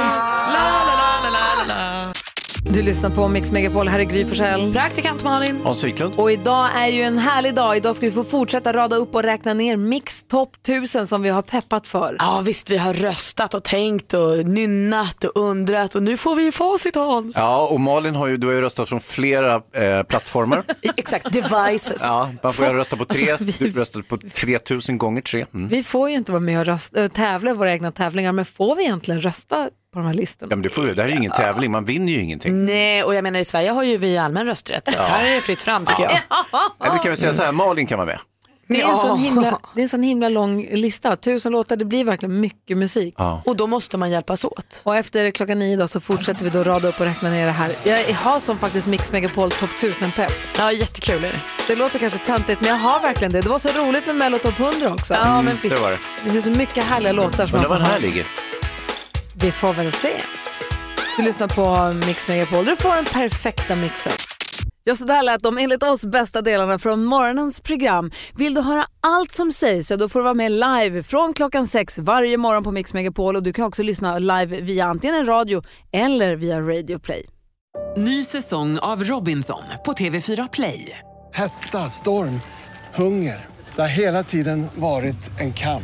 Du lyssnar på Mix Megapol, här är Gry Forssell.
Praktikant Malin.
Hans Wiklund.
Och idag är ju en härlig dag. Idag ska vi få fortsätta rada upp och räkna ner Mix Top 1000 som vi har peppat för.
Ja visst, vi har röstat och tänkt och nynnat och undrat och nu får vi ju facit Hans.
Ja, och Malin har ju, du har ju röstat från flera eh, plattformar.
Exakt, devices.
Ja, man får ju rösta på tre.
Alltså, vi-
Du röstade på 3000 gånger tre. Mm.
Vi får ju inte vara med och rösta, äh, tävla i våra egna tävlingar, men får vi egentligen rösta på de här listorna?
Ja, men det, får, ju- det här är ju ingen tävling, man vinner ju ingenting.
Mm.
Nej, och jag menar i Sverige har ju vi allmän rösträtt så att
Ja.
här är det fritt fram tycker jag.
Eller kan vi säga så här, Malin kan vara med.
Det är, en sån
Ja.
himla, det är en sån himla lång lista. Tusen låtar, det blir verkligen mycket musik.
Ja.
Och då måste man hjälpas åt. Och efter klockan nio då så fortsätter vi då rada upp och räkna ner det här. Jag har som faktiskt Mix Megapol Top 1000-pepp.
Ja, jättekul är det.
Det låter kanske töntigt, men jag har verkligen det. Det var så roligt med Mello Top 100 också.
Ja, men Mm, det visst. var det.
Det finns så mycket härliga låtar som
Undrar
man
var
får
den här
höra.
ligger.
Vi får väl se. Du lyssnar på Mix Megapol. Du får den perfekta mixen. Ja, så där lät de enligt oss bästa delarna från morgonens program. Vill du höra allt som sägs, ja, då får du vara med live från klockan sex varje morgon på Mix Megapol. Och du kan också lyssna live via antingen en radio eller via Radio Play.
Ny säsong av Robinson på TV4 Play.
Hetta, storm, hunger. Det har hela tiden varit en kamp.